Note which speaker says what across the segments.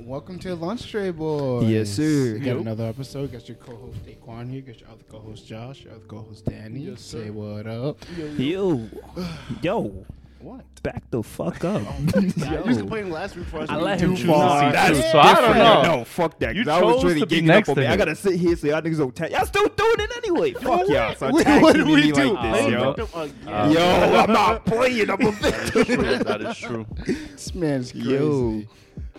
Speaker 1: Welcome to Lunch Tray Boys.
Speaker 2: Yes, sir.
Speaker 1: We got
Speaker 2: Yep.
Speaker 1: another episode. Got your co-host Daquan here. Got your other co-host Josh. Your other co-host Danny.
Speaker 3: Yes, sir.
Speaker 1: Say what up.
Speaker 2: Yo, yo,
Speaker 1: What?
Speaker 2: back the fuck up.
Speaker 1: You was complaining last week for us.
Speaker 2: I
Speaker 1: to
Speaker 2: let
Speaker 1: do
Speaker 2: him
Speaker 1: two
Speaker 2: choose.
Speaker 1: far.
Speaker 2: See,
Speaker 1: That's-
Speaker 2: that's
Speaker 3: so I don't
Speaker 2: different.
Speaker 3: know.
Speaker 2: No, fuck that. 'cause
Speaker 3: You
Speaker 2: I was
Speaker 3: chose
Speaker 2: really
Speaker 3: to be
Speaker 2: ganging up
Speaker 3: next
Speaker 2: on
Speaker 3: to
Speaker 2: me. I
Speaker 3: him.
Speaker 2: gotta sit here so y'all niggas don't tag. Y'all still doing it anyway. Fuck y'all. So
Speaker 1: What-
Speaker 2: tag
Speaker 1: what
Speaker 2: teaming
Speaker 1: did we
Speaker 2: me
Speaker 1: do?
Speaker 2: like this,
Speaker 1: They
Speaker 2: yo.
Speaker 1: fucked up again.
Speaker 2: Yo, I'm not playing. I'm a victim.
Speaker 3: that is true.
Speaker 1: This man's crazy.
Speaker 2: Yo.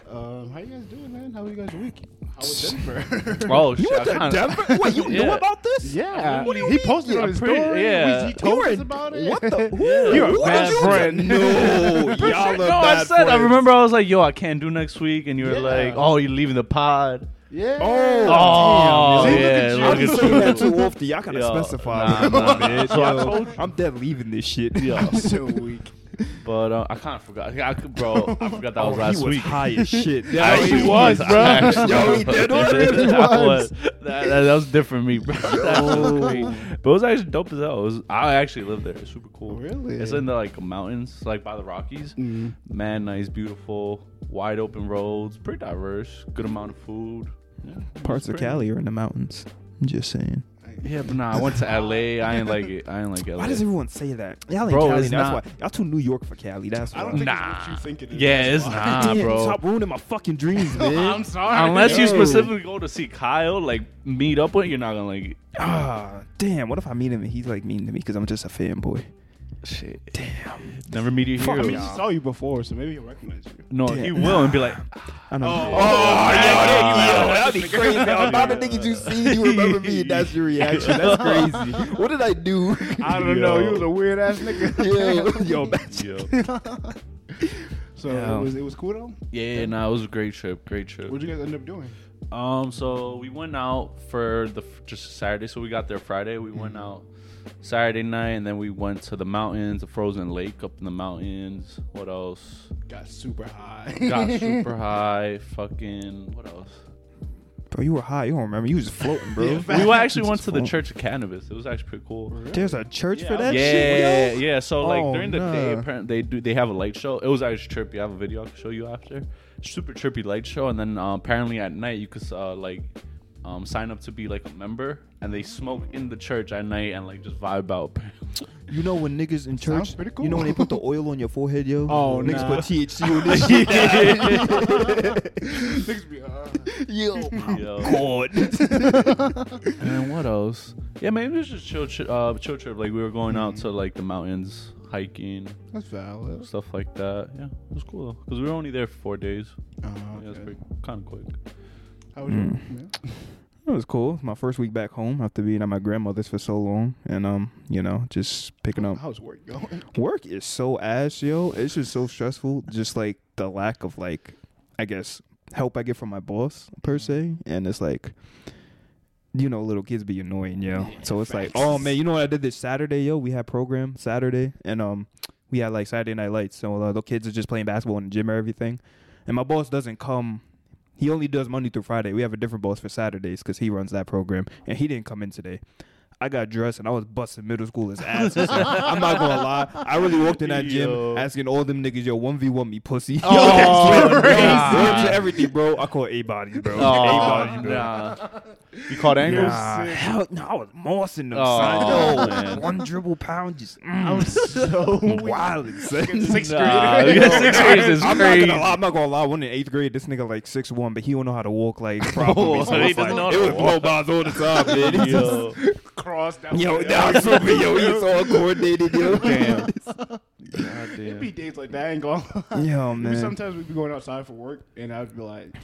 Speaker 1: Um, how you guys doing, man? How was you guys week? How was Denver?
Speaker 3: Oh,
Speaker 2: You
Speaker 3: shit.
Speaker 2: went
Speaker 3: I
Speaker 2: to
Speaker 3: kinda-
Speaker 2: Denver? Wait, you knew
Speaker 3: Yeah.
Speaker 2: about this?
Speaker 1: yeah,
Speaker 2: What do you
Speaker 1: he
Speaker 2: mean?
Speaker 1: posted on
Speaker 3: I'm
Speaker 1: his
Speaker 3: pretty-
Speaker 1: story.
Speaker 3: yeah.
Speaker 1: He
Speaker 2: You
Speaker 1: told
Speaker 2: were
Speaker 1: us
Speaker 2: in-
Speaker 1: about it.
Speaker 2: What the? Who,
Speaker 3: Yeah.
Speaker 1: You're a
Speaker 2: who
Speaker 1: bad
Speaker 2: did you-
Speaker 3: friend.
Speaker 2: No, y'all are
Speaker 3: no,
Speaker 2: bad
Speaker 3: I said. I
Speaker 2: friends.
Speaker 3: remember. I was like, "Yo, I can't do next week," and you were
Speaker 1: Yeah.
Speaker 3: like, "Oh, you're leaving the pod."
Speaker 1: Yeah.
Speaker 3: Oh,
Speaker 1: See, look
Speaker 3: yeah,
Speaker 1: at you.
Speaker 2: I'm
Speaker 3: look
Speaker 2: just
Speaker 3: at
Speaker 2: saying
Speaker 3: you.
Speaker 2: that too often. Y'all gotta
Speaker 3: Yo,
Speaker 2: specify.
Speaker 3: nah, nah, bitch.
Speaker 2: Yo,
Speaker 3: I told you.
Speaker 2: I'm dead leaving this shit.
Speaker 3: Yo.
Speaker 1: I'm so weak.
Speaker 3: But uh, I kind of forgot. I could, bro, I forgot that was
Speaker 2: Oh,
Speaker 3: last
Speaker 2: he was
Speaker 3: week.
Speaker 2: high as shit.
Speaker 3: I
Speaker 2: Yeah,
Speaker 3: actually
Speaker 2: he
Speaker 3: was,
Speaker 2: was
Speaker 3: bro.
Speaker 2: high as shit. Yo, he dead on it. He
Speaker 3: I
Speaker 2: was.
Speaker 3: was. That, that, that was different me, bro. That was me. But it was actually dope as hell. It was, I actually lived there. It's super cool.
Speaker 1: Really?
Speaker 3: It's in the like mountains, like by the Rockies.
Speaker 2: Mm-hmm.
Speaker 1: Mm.
Speaker 3: Man, nice, beautiful, wide open roads, pretty diverse, good amount of food. Yeah, it was
Speaker 2: Parts of
Speaker 3: pretty-
Speaker 2: Cali are in the mountains. I'm just saying.
Speaker 3: Yeah, but nah, I went to LA. I ain't like it. I ain't like LA.
Speaker 2: Why does everyone say that? Y'all ain't
Speaker 3: Bro,
Speaker 2: Cali,
Speaker 3: it's
Speaker 2: that's
Speaker 3: not-
Speaker 2: why. Y'all too New York for Cali, that's why.
Speaker 1: I don't think it's what
Speaker 3: nah.
Speaker 1: you think it is.
Speaker 3: Yeah,
Speaker 1: That's
Speaker 3: it's
Speaker 1: why.
Speaker 3: not,
Speaker 2: Damn,
Speaker 3: bro.
Speaker 2: Stop ruining my fucking dreams,
Speaker 1: I'm
Speaker 2: man.
Speaker 1: sorry.
Speaker 3: Unless you
Speaker 2: Yo.
Speaker 3: specifically go to see Kyle, like meet up with, you're not gonna like it.
Speaker 2: ah, damn. What if I meet him and he's like mean to me because I'm just a fanboy?
Speaker 3: Shit. Damn. Never meet your
Speaker 1: I
Speaker 3: hero.
Speaker 1: mean, he saw you before, so maybe he'll recognize you.
Speaker 3: no,
Speaker 2: Damn.
Speaker 3: he will and be like,
Speaker 2: I know.
Speaker 1: Oh.
Speaker 3: yeah.
Speaker 2: that'd be crazy. I'm not the nigga you see, you remember me, and that's your reaction. That's crazy. What did I do?
Speaker 1: I don't
Speaker 3: Yo.
Speaker 1: know. He was a weird ass nigga.
Speaker 2: yo, yo, that's-
Speaker 3: yo.
Speaker 1: So
Speaker 2: Yeah.
Speaker 1: it was it was cool though.
Speaker 3: Yeah, nah, it was a great trip. Great trip.
Speaker 1: What'd you guys end up doing?
Speaker 3: Um, so we went out for the just Saturday. So we got there Friday. We went out Saturday night, and then we went to the mountains, the frozen lake up in the mountains. What else?
Speaker 1: Got super high.
Speaker 3: Got super high. Fucking what else?
Speaker 2: Bro, you were high. You don't remember. You was floating, bro.
Speaker 1: Yeah,
Speaker 3: We
Speaker 1: fact.
Speaker 3: were actually went
Speaker 2: Just
Speaker 3: to the
Speaker 2: floating.
Speaker 3: Church of Cannabis. It was actually pretty cool.
Speaker 2: There's a church for that
Speaker 3: yeah,
Speaker 2: shit, yo?
Speaker 3: yeah. So like
Speaker 2: Oh,
Speaker 3: during the day,
Speaker 2: nah.
Speaker 3: apparently they do they have a light show. It was actually trippy. I have a video I can show you after. Super trippy light show, and then uh, apparently at night you could uh, like um, sign up to be like a member, and they smoke in the church at night and like just vibe out.
Speaker 2: You know when niggas in
Speaker 1: Sounds
Speaker 2: church,
Speaker 1: pretty
Speaker 2: you know when they
Speaker 1: cool.
Speaker 2: put the oil on your forehead, yo?
Speaker 1: Oh,
Speaker 2: niggas
Speaker 1: nah.
Speaker 2: put THC on this shit.
Speaker 1: Niggas be, uh,
Speaker 2: yo, my
Speaker 3: Yo.
Speaker 2: God.
Speaker 3: and then what else? Yeah, man, it was just chill, chi- uh, chill trip. Like we were going out to like the mountains, hiking,
Speaker 1: that's valid.
Speaker 3: stuff like that. Yeah, it was cool though, because we were only there for four days.
Speaker 1: Uh,
Speaker 3: Yeah, it was
Speaker 1: okay.
Speaker 3: pretty kind of quick.
Speaker 1: How was your yeah.
Speaker 3: Mm.
Speaker 2: It was cool. It was my first week back home after being at my grandmother's for so long, and um, you know, just
Speaker 3: Oh.
Speaker 2: picking up.
Speaker 1: How's work going?
Speaker 2: Work is so ass, yo. It's just so stressful. Just like the lack of like, I guess help I get from my boss per se, and it's like. You know, little kids be annoying, yo. So it's like, oh man, you know what I did this Saturday, yo? We had program Saturday, and um, we had like Saturday night lights. So uh, the kids are just playing basketball in the gym or everything. And my boss doesn't come. He only does Monday through Friday. We have a different boss for Saturdays because he runs that program, and he didn't come in today. I got dressed and I was busting middle schoolers' asses. yo. I'm not gonna lie, I really walked in that gym
Speaker 3: Yo.
Speaker 2: asking all them niggas, "Yo, one v one me, pussy."
Speaker 3: Oh,
Speaker 2: Yo, that's
Speaker 3: crazy. Oh,
Speaker 2: Yo, to everything, bro. I call a bodies, bro. a bodies, bro.
Speaker 3: nah. You caught angles?
Speaker 2: Nah, hell, no, I was mossing them.
Speaker 3: Oh,
Speaker 2: son. Yo,
Speaker 3: man.
Speaker 2: one dribble pound, just mm,
Speaker 1: I'm so
Speaker 2: wild. son.
Speaker 1: Sixth
Speaker 3: Nah,
Speaker 1: grader.
Speaker 3: yeah, sixth grade is
Speaker 2: I'm
Speaker 3: crazy.
Speaker 2: not gonna lie. I'm not gonna lie. When in eighth grade, this nigga like six one, but he don't know how to walk like properly.
Speaker 3: Oh, he
Speaker 2: it's
Speaker 3: doesn't
Speaker 2: like-
Speaker 3: know how
Speaker 2: it
Speaker 3: to
Speaker 2: was blow
Speaker 3: walk.
Speaker 2: bars all the time, man.
Speaker 3: Yo.
Speaker 1: Cross that.
Speaker 2: yo,
Speaker 1: way.
Speaker 2: that was super. Yo, he's all coordinated. Yo,
Speaker 3: Damn.
Speaker 1: It'd be days like that. I ain't going.
Speaker 2: Yo, man.
Speaker 1: Sometimes we'd be going outside for work, and I'd be like,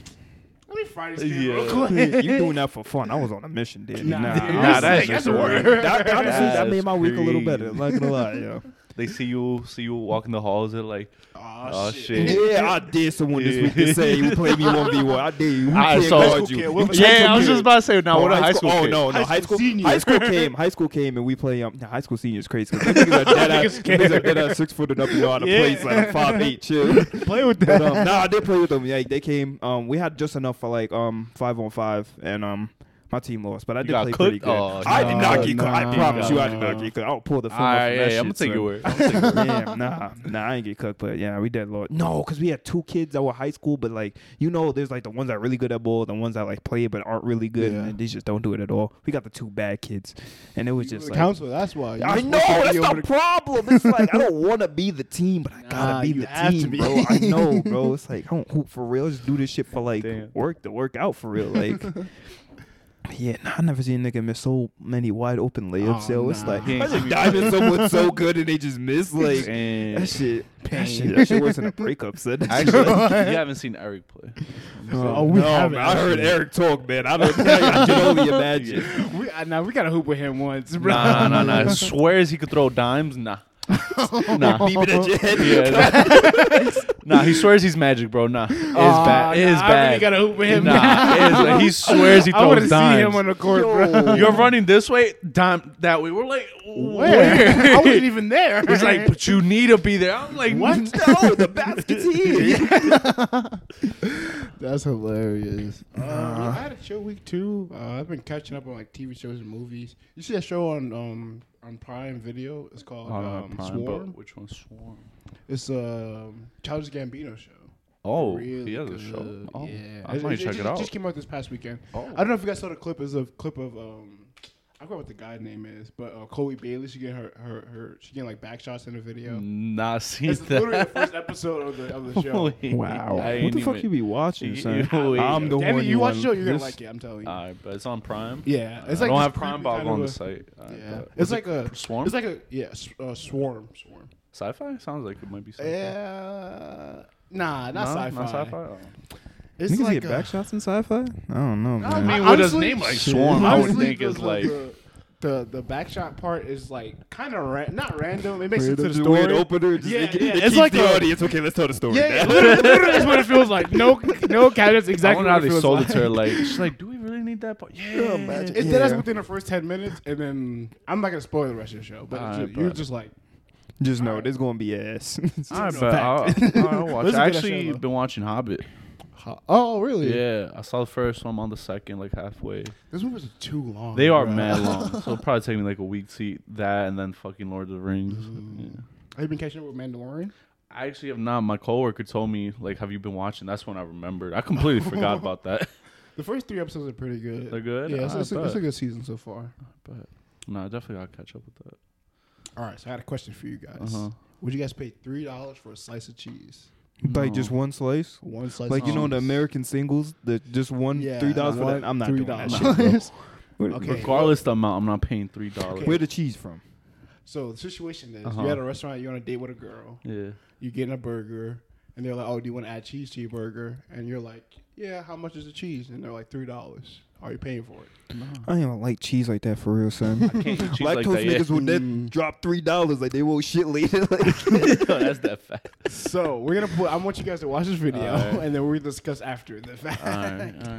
Speaker 1: "Let me fry this thing
Speaker 3: Yeah.
Speaker 1: real quick."
Speaker 2: you doing that for fun? I was on a mission, dude.
Speaker 1: Nah,
Speaker 2: nah,
Speaker 1: dude,
Speaker 3: nah, that's
Speaker 1: sick.
Speaker 3: just
Speaker 1: the
Speaker 3: a
Speaker 1: word.
Speaker 3: word.
Speaker 2: That, honestly, that
Speaker 3: That's
Speaker 2: made my week a little
Speaker 3: crazy.
Speaker 2: better. Not gonna lie, yo.
Speaker 3: They see you, see you walk in the halls. They're like,
Speaker 1: Aw,
Speaker 3: Aw,
Speaker 1: shit.
Speaker 3: Oh, shit.
Speaker 2: Yeah, I did someone this week to say you played me one v one. I did. You
Speaker 3: I
Speaker 2: can't
Speaker 3: saw-
Speaker 2: guard you.
Speaker 1: Okay, what was-
Speaker 2: You can't
Speaker 1: Yeah, I was
Speaker 2: compete.
Speaker 1: just
Speaker 3: to say, now
Speaker 2: Oh,
Speaker 3: a
Speaker 2: Oh no, no,
Speaker 1: High
Speaker 2: high
Speaker 1: school
Speaker 2: school,
Speaker 1: senior.
Speaker 2: high school came, high school came, and we play. Um, nah, high school senior is crazy. 'cause them niggas are dead ass,
Speaker 1: Niggas
Speaker 2: niggas are dead ass six foot and up, you know how to play. It's like five eight, chill.
Speaker 1: Play with
Speaker 2: But
Speaker 1: that.
Speaker 2: um, nah, I did play with them. Like they came. Um, we had just enough for like um five on five, and um. My team lost, but I did
Speaker 3: got
Speaker 2: play pretty
Speaker 3: cooked?
Speaker 2: good.
Speaker 3: Oh,
Speaker 2: I did not
Speaker 1: nah,
Speaker 2: get cooked. I
Speaker 1: nah,
Speaker 2: promise you, I
Speaker 1: nah.
Speaker 2: did not get cooked. I'll pull the
Speaker 3: All
Speaker 2: phone off.
Speaker 3: right,
Speaker 2: from that
Speaker 3: yeah, yeah,
Speaker 2: shit,
Speaker 3: I'm gonna take
Speaker 2: son.
Speaker 3: your word. I'm gonna take your word.
Speaker 2: yeah, nah, nah, I ain't get cooked, but yeah, we dead lost. No, because we had two kids that were high school, but like, you know, there's like the ones that are really good at ball, the ones that like play but aren't really good,
Speaker 1: Yeah.
Speaker 2: and they just don't do it at all. We got the two bad kids, and it was just
Speaker 1: the
Speaker 2: like,
Speaker 1: counselor. That's why. You're
Speaker 2: I
Speaker 1: supposed
Speaker 2: know
Speaker 1: to be
Speaker 2: that's
Speaker 1: able
Speaker 2: the
Speaker 1: to-
Speaker 2: problem. It's like I don't want to be the team, but I gotta
Speaker 1: Nah,
Speaker 2: be
Speaker 1: you
Speaker 2: the
Speaker 1: have to
Speaker 2: team,
Speaker 1: be.
Speaker 2: bro. I know, bro. It's like I don't hoop for real. I just do this shit for like
Speaker 3: Damn.
Speaker 2: work to work out for real. Like, yeah, nah, I never seen a nigga miss so many wide open layups.
Speaker 1: Oh,
Speaker 2: yo, it's
Speaker 1: nah.
Speaker 2: like
Speaker 3: He ain't
Speaker 2: I just
Speaker 3: give me
Speaker 2: dive
Speaker 3: credit.
Speaker 2: in someone so good and they just miss. Like
Speaker 3: Damn.
Speaker 2: that shit,
Speaker 1: Pain.
Speaker 2: that shit, that shit wasn't a breakup. Said that shit.
Speaker 3: Actually, you haven't seen Eric play.
Speaker 1: Oh, we
Speaker 2: no,
Speaker 1: haven't
Speaker 2: man, I heard
Speaker 1: actually.
Speaker 2: Eric talk, man. I don't. I can only imagine.
Speaker 1: We, uh, nah, we gotta hoop with him once, bro.
Speaker 3: Nah, nah, nah. Swears he could throw dimes. Nah. nah.
Speaker 2: Beep it at your head.
Speaker 3: Yeah, nah, he swears he's magic, bro. Nah, it's
Speaker 1: Aw,
Speaker 3: bad. It's
Speaker 1: nah, I
Speaker 3: bad.
Speaker 1: really gotta hoop with him.
Speaker 3: Nah, it is bad. he swears he
Speaker 1: I
Speaker 3: throws
Speaker 1: want to see
Speaker 3: dimes.
Speaker 1: him on the court,
Speaker 2: Yo.
Speaker 1: bro.
Speaker 3: You're running this way, dime that way. We're like, where?
Speaker 1: Where? I wasn't even there.
Speaker 3: He's like, but you need to be there. I'm like,
Speaker 1: What?
Speaker 2: No, the basket's here.
Speaker 1: That's hilarious. Uh, I had a chill week too. Uh, I've been catching up on like TV shows and movies. You see a show on um on Prime Video? It's called
Speaker 3: uh,
Speaker 1: um, Swarm.
Speaker 3: which one's Swarm?
Speaker 1: It's a um, Childish Gambino show.
Speaker 3: Oh,
Speaker 1: Really
Speaker 3: he has a
Speaker 1: good.
Speaker 3: show. Oh,
Speaker 1: yeah,
Speaker 3: I might
Speaker 1: It- it
Speaker 3: check
Speaker 1: just,
Speaker 3: it out.
Speaker 1: Just came out this past weekend.
Speaker 3: Oh.
Speaker 1: I don't know if you guys saw the clip. It's a clip of um, I forgot what the guy's name is, but uh, Chloe Bailey. She getting her her, her she getting like back shots in the video.
Speaker 3: Not seen
Speaker 1: It's literally the
Speaker 3: that.
Speaker 1: first episode of the of the show.
Speaker 2: Wow.
Speaker 3: I
Speaker 2: What
Speaker 3: ain't
Speaker 2: the fuck
Speaker 3: even-
Speaker 2: you be watching, son?
Speaker 3: Ew,
Speaker 2: I'm the
Speaker 1: Damn
Speaker 2: one
Speaker 1: it, you watch the
Speaker 2: on
Speaker 1: show, you're gonna
Speaker 2: this-
Speaker 1: like it. I'm telling you.
Speaker 3: All right, but it's on Prime.
Speaker 1: yeah, it's
Speaker 3: I
Speaker 1: like
Speaker 3: don't
Speaker 1: this
Speaker 3: have Prime,
Speaker 1: creepy
Speaker 3: but I'll
Speaker 1: kind
Speaker 3: go
Speaker 1: of
Speaker 3: on
Speaker 1: a-
Speaker 3: the site. All right,
Speaker 1: Yeah,
Speaker 3: but-
Speaker 1: it's like a
Speaker 3: Swarm?
Speaker 1: It's like a yeah, s- uh, swarm, swarm.
Speaker 3: sci-fi. Sounds like it might be sci-fi.
Speaker 1: Yeah, nah, not
Speaker 3: No,
Speaker 1: sci-fi.
Speaker 3: Not sci-fi. Oh.
Speaker 1: It's
Speaker 2: Niggas
Speaker 1: like
Speaker 2: get
Speaker 1: a- Oh,
Speaker 2: back shots in sci-fi? I don't know,
Speaker 1: I
Speaker 2: man.
Speaker 3: I mean,
Speaker 1: mean,
Speaker 3: with his
Speaker 1: honestly-
Speaker 3: name like
Speaker 1: Shit.
Speaker 3: Swarm, I would
Speaker 1: Honestly,
Speaker 3: think
Speaker 1: because,
Speaker 3: it's like.
Speaker 1: the, the the back shot part is like kind of ra- not random. It makes
Speaker 2: Weird-
Speaker 1: it to the
Speaker 2: it's a
Speaker 1: story.
Speaker 2: weird opener. Just,
Speaker 1: Yeah,
Speaker 2: it,
Speaker 1: yeah,
Speaker 2: it
Speaker 1: it's
Speaker 2: keeps
Speaker 1: like
Speaker 2: the
Speaker 1: a-
Speaker 2: audience. Okay, let's tell the story.
Speaker 1: Yeah, yeah
Speaker 2: now.
Speaker 1: literally, literally that's what it feels like. No, no cabinets.
Speaker 3: I
Speaker 1: Exactly.
Speaker 3: wonder how
Speaker 1: what
Speaker 3: they
Speaker 1: feels
Speaker 3: sold
Speaker 1: like.
Speaker 3: it to her. Like, she's like, "Do we really need that part?" Yeah,
Speaker 2: imagine.
Speaker 1: It did us
Speaker 2: Yeah.
Speaker 1: within the first ten minutes, and then I'm not gonna spoil the rest of the show, but, it's
Speaker 3: Alright,
Speaker 1: just, you're
Speaker 3: but-
Speaker 1: just like,
Speaker 2: Just know there's gonna be ass.
Speaker 3: I bet. I'll, I'll watch.
Speaker 1: This is
Speaker 3: it.
Speaker 1: a
Speaker 3: I
Speaker 1: good
Speaker 3: actually
Speaker 1: show, though.
Speaker 3: been watching Hobbit.
Speaker 1: oh really?
Speaker 3: Yeah, I saw the first one. I'm on the second, like halfway.
Speaker 1: Those movies are too long.
Speaker 3: They are
Speaker 1: Oh, bruh.
Speaker 3: mad long, so it'll probably take me like a week to eat that, and then fucking Lord of the
Speaker 1: Mm-hmm.
Speaker 3: Rings. Yeah.
Speaker 1: Have you been catching up with Mandalorian?
Speaker 3: I actually have not. My coworker told me, like, "Have you been watching?" That's when I remembered. I completely forgot about that.
Speaker 1: The first three episodes are pretty good.
Speaker 3: They're good?
Speaker 1: Yeah, it's,
Speaker 3: Ah,
Speaker 1: it's a, it's a
Speaker 3: bet.
Speaker 1: good season so far.
Speaker 3: But no, I definitely gotta catch up with that.
Speaker 1: All right, so I had a question for you guys.
Speaker 3: Uh-huh.
Speaker 1: Would you guys pay three dollars for a slice of cheese?
Speaker 2: like just one slice.
Speaker 1: One slice.
Speaker 2: Like
Speaker 1: of
Speaker 2: you know
Speaker 1: cheese.
Speaker 2: the American singles, the just one
Speaker 1: Yeah,
Speaker 2: three dollars for
Speaker 1: one-
Speaker 2: that. I'm not
Speaker 1: three
Speaker 2: doing that
Speaker 1: dollars.
Speaker 2: shit. Bro. Where,
Speaker 1: Okay.
Speaker 3: Regardless the amount, I'm not paying three dollars.
Speaker 2: where the cheese from?
Speaker 1: So the situation is,
Speaker 3: Uh-huh.
Speaker 1: you're at a restaurant, you're on a date with a girl,
Speaker 3: Yeah.
Speaker 1: you're getting a burger, and they're like, "Oh, do you want to add cheese to your burger?" And you're like, "Yeah, how much is the cheese?" And they're like, three dollars. Are you paying for it?
Speaker 2: I ain't like cheese like that for real, son.
Speaker 3: I can't eat cheese
Speaker 2: Lactose
Speaker 3: like that. Yeah.
Speaker 2: niggas would
Speaker 1: Mm.
Speaker 2: then drop three dollars like they won't shit later. Like,
Speaker 3: that's that fat.
Speaker 1: so we're gonna put. I want you guys to watch this video,
Speaker 3: Alright.
Speaker 1: and then we will discuss after the fact.
Speaker 2: Uh-huh.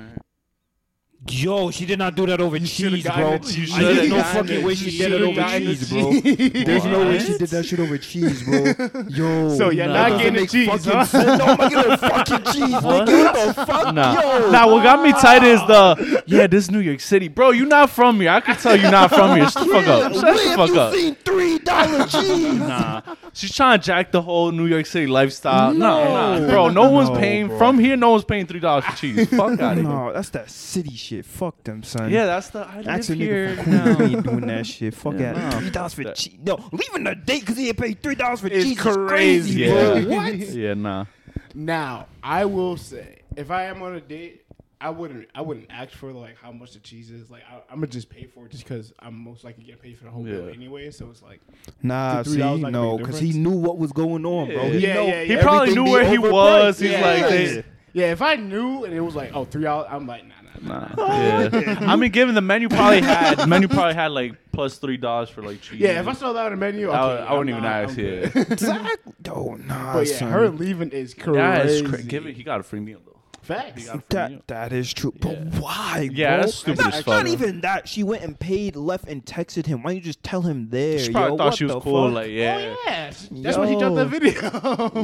Speaker 4: Yo, she did not do that over cheese,
Speaker 1: gotten
Speaker 4: bro.
Speaker 1: the cheese.
Speaker 4: I there's
Speaker 1: Should've
Speaker 4: no
Speaker 1: gotten
Speaker 4: fucking
Speaker 1: the
Speaker 4: way she
Speaker 1: cheese.
Speaker 4: did it
Speaker 1: Should've
Speaker 4: over
Speaker 1: gotten the
Speaker 4: cheese, bro.
Speaker 1: cheese.
Speaker 4: There's no way she
Speaker 3: What?
Speaker 4: did that shit over cheese, bro. Yo,
Speaker 1: So you're
Speaker 3: Nah.
Speaker 1: not getting the
Speaker 2: Doesn't
Speaker 1: cheese. huh?
Speaker 2: no, I'm not getting fucking cheese.
Speaker 3: What?
Speaker 2: nigga. What the fuck,
Speaker 3: Nah.
Speaker 2: yo?
Speaker 3: Nah, what got me tight is the yeah, this New York City, bro. You not from here. I could tell you not from here. Shut the fuck up. Shut the fuck up.
Speaker 2: seen three dollar cheese?
Speaker 3: Nah, she's trying to jack the whole New York City lifestyle. No, nah, bro. No one's
Speaker 2: No,
Speaker 3: paying
Speaker 2: bro.
Speaker 3: from here. No one's paying three dollars for cheese. Fuck out of here.
Speaker 2: No, that's that city shit. Fuck them, son.
Speaker 3: Yeah, that's the I live
Speaker 2: Ask a nigga
Speaker 3: here
Speaker 2: from Queens
Speaker 3: now.
Speaker 2: ain't doing that shit. Fuck
Speaker 3: Yeah,
Speaker 2: that.
Speaker 3: nah.
Speaker 2: Three dollars for
Speaker 3: That-
Speaker 2: cheese. No, leaving the date because he had paid three dollars for
Speaker 1: It's
Speaker 2: cheese. is crazy,
Speaker 1: crazy,
Speaker 2: bro.
Speaker 3: Yeah.
Speaker 1: What?
Speaker 3: Yeah, nah.
Speaker 1: Now, I will say, if I am on a date, I wouldn't, I wouldn't ask for like how much the cheese is. Like, I, I'm gonna just pay for it just because I'm most likely getting paid for the whole bill
Speaker 3: Yeah.
Speaker 1: anyway. So it's like,
Speaker 2: Nah,
Speaker 1: Did three
Speaker 2: see,
Speaker 1: dollars not
Speaker 2: no,
Speaker 1: make a
Speaker 2: because he
Speaker 1: difference?
Speaker 2: knew what was going on, bro. He
Speaker 1: Yeah,
Speaker 2: know
Speaker 1: yeah, yeah.
Speaker 3: He probably
Speaker 2: everything
Speaker 3: knew
Speaker 2: be
Speaker 3: where he
Speaker 2: overpriced.
Speaker 3: was. He's
Speaker 1: yeah,
Speaker 3: like,
Speaker 1: yeah.
Speaker 3: they,
Speaker 1: yeah, if I knew and it was like, oh, three hours, I'm like, nah, nah, nah.
Speaker 3: Nah. Yeah. I mean, given the menu probably had the menu probably had like plus three dollars for like cheese.
Speaker 1: Yeah, if I saw that on the menu, okay,
Speaker 3: I, would- I
Speaker 1: I'm
Speaker 3: wouldn't even
Speaker 1: not-
Speaker 3: ask.
Speaker 1: I'm
Speaker 3: Yeah,
Speaker 1: good.
Speaker 2: Exactly. Oh, nah,
Speaker 1: But yeah,
Speaker 2: son.
Speaker 1: her leaving is crazy.
Speaker 3: that is crazy. Given he got a free meal though.
Speaker 1: Facts.
Speaker 3: got it from you.
Speaker 2: That that is true, but why?
Speaker 3: Yeah,
Speaker 2: bro?
Speaker 3: that's stupid as
Speaker 2: Not,
Speaker 3: fuck.
Speaker 2: not even that. She went and paid, left, and texted him. Why don't you just tell him there?
Speaker 3: She probably
Speaker 2: yo,
Speaker 3: thought
Speaker 2: what
Speaker 3: she was
Speaker 2: the
Speaker 3: cool.
Speaker 2: fuck?
Speaker 3: Like,
Speaker 1: Oh,
Speaker 3: Oh, yeah.
Speaker 1: Yes. That's why she dropped that video.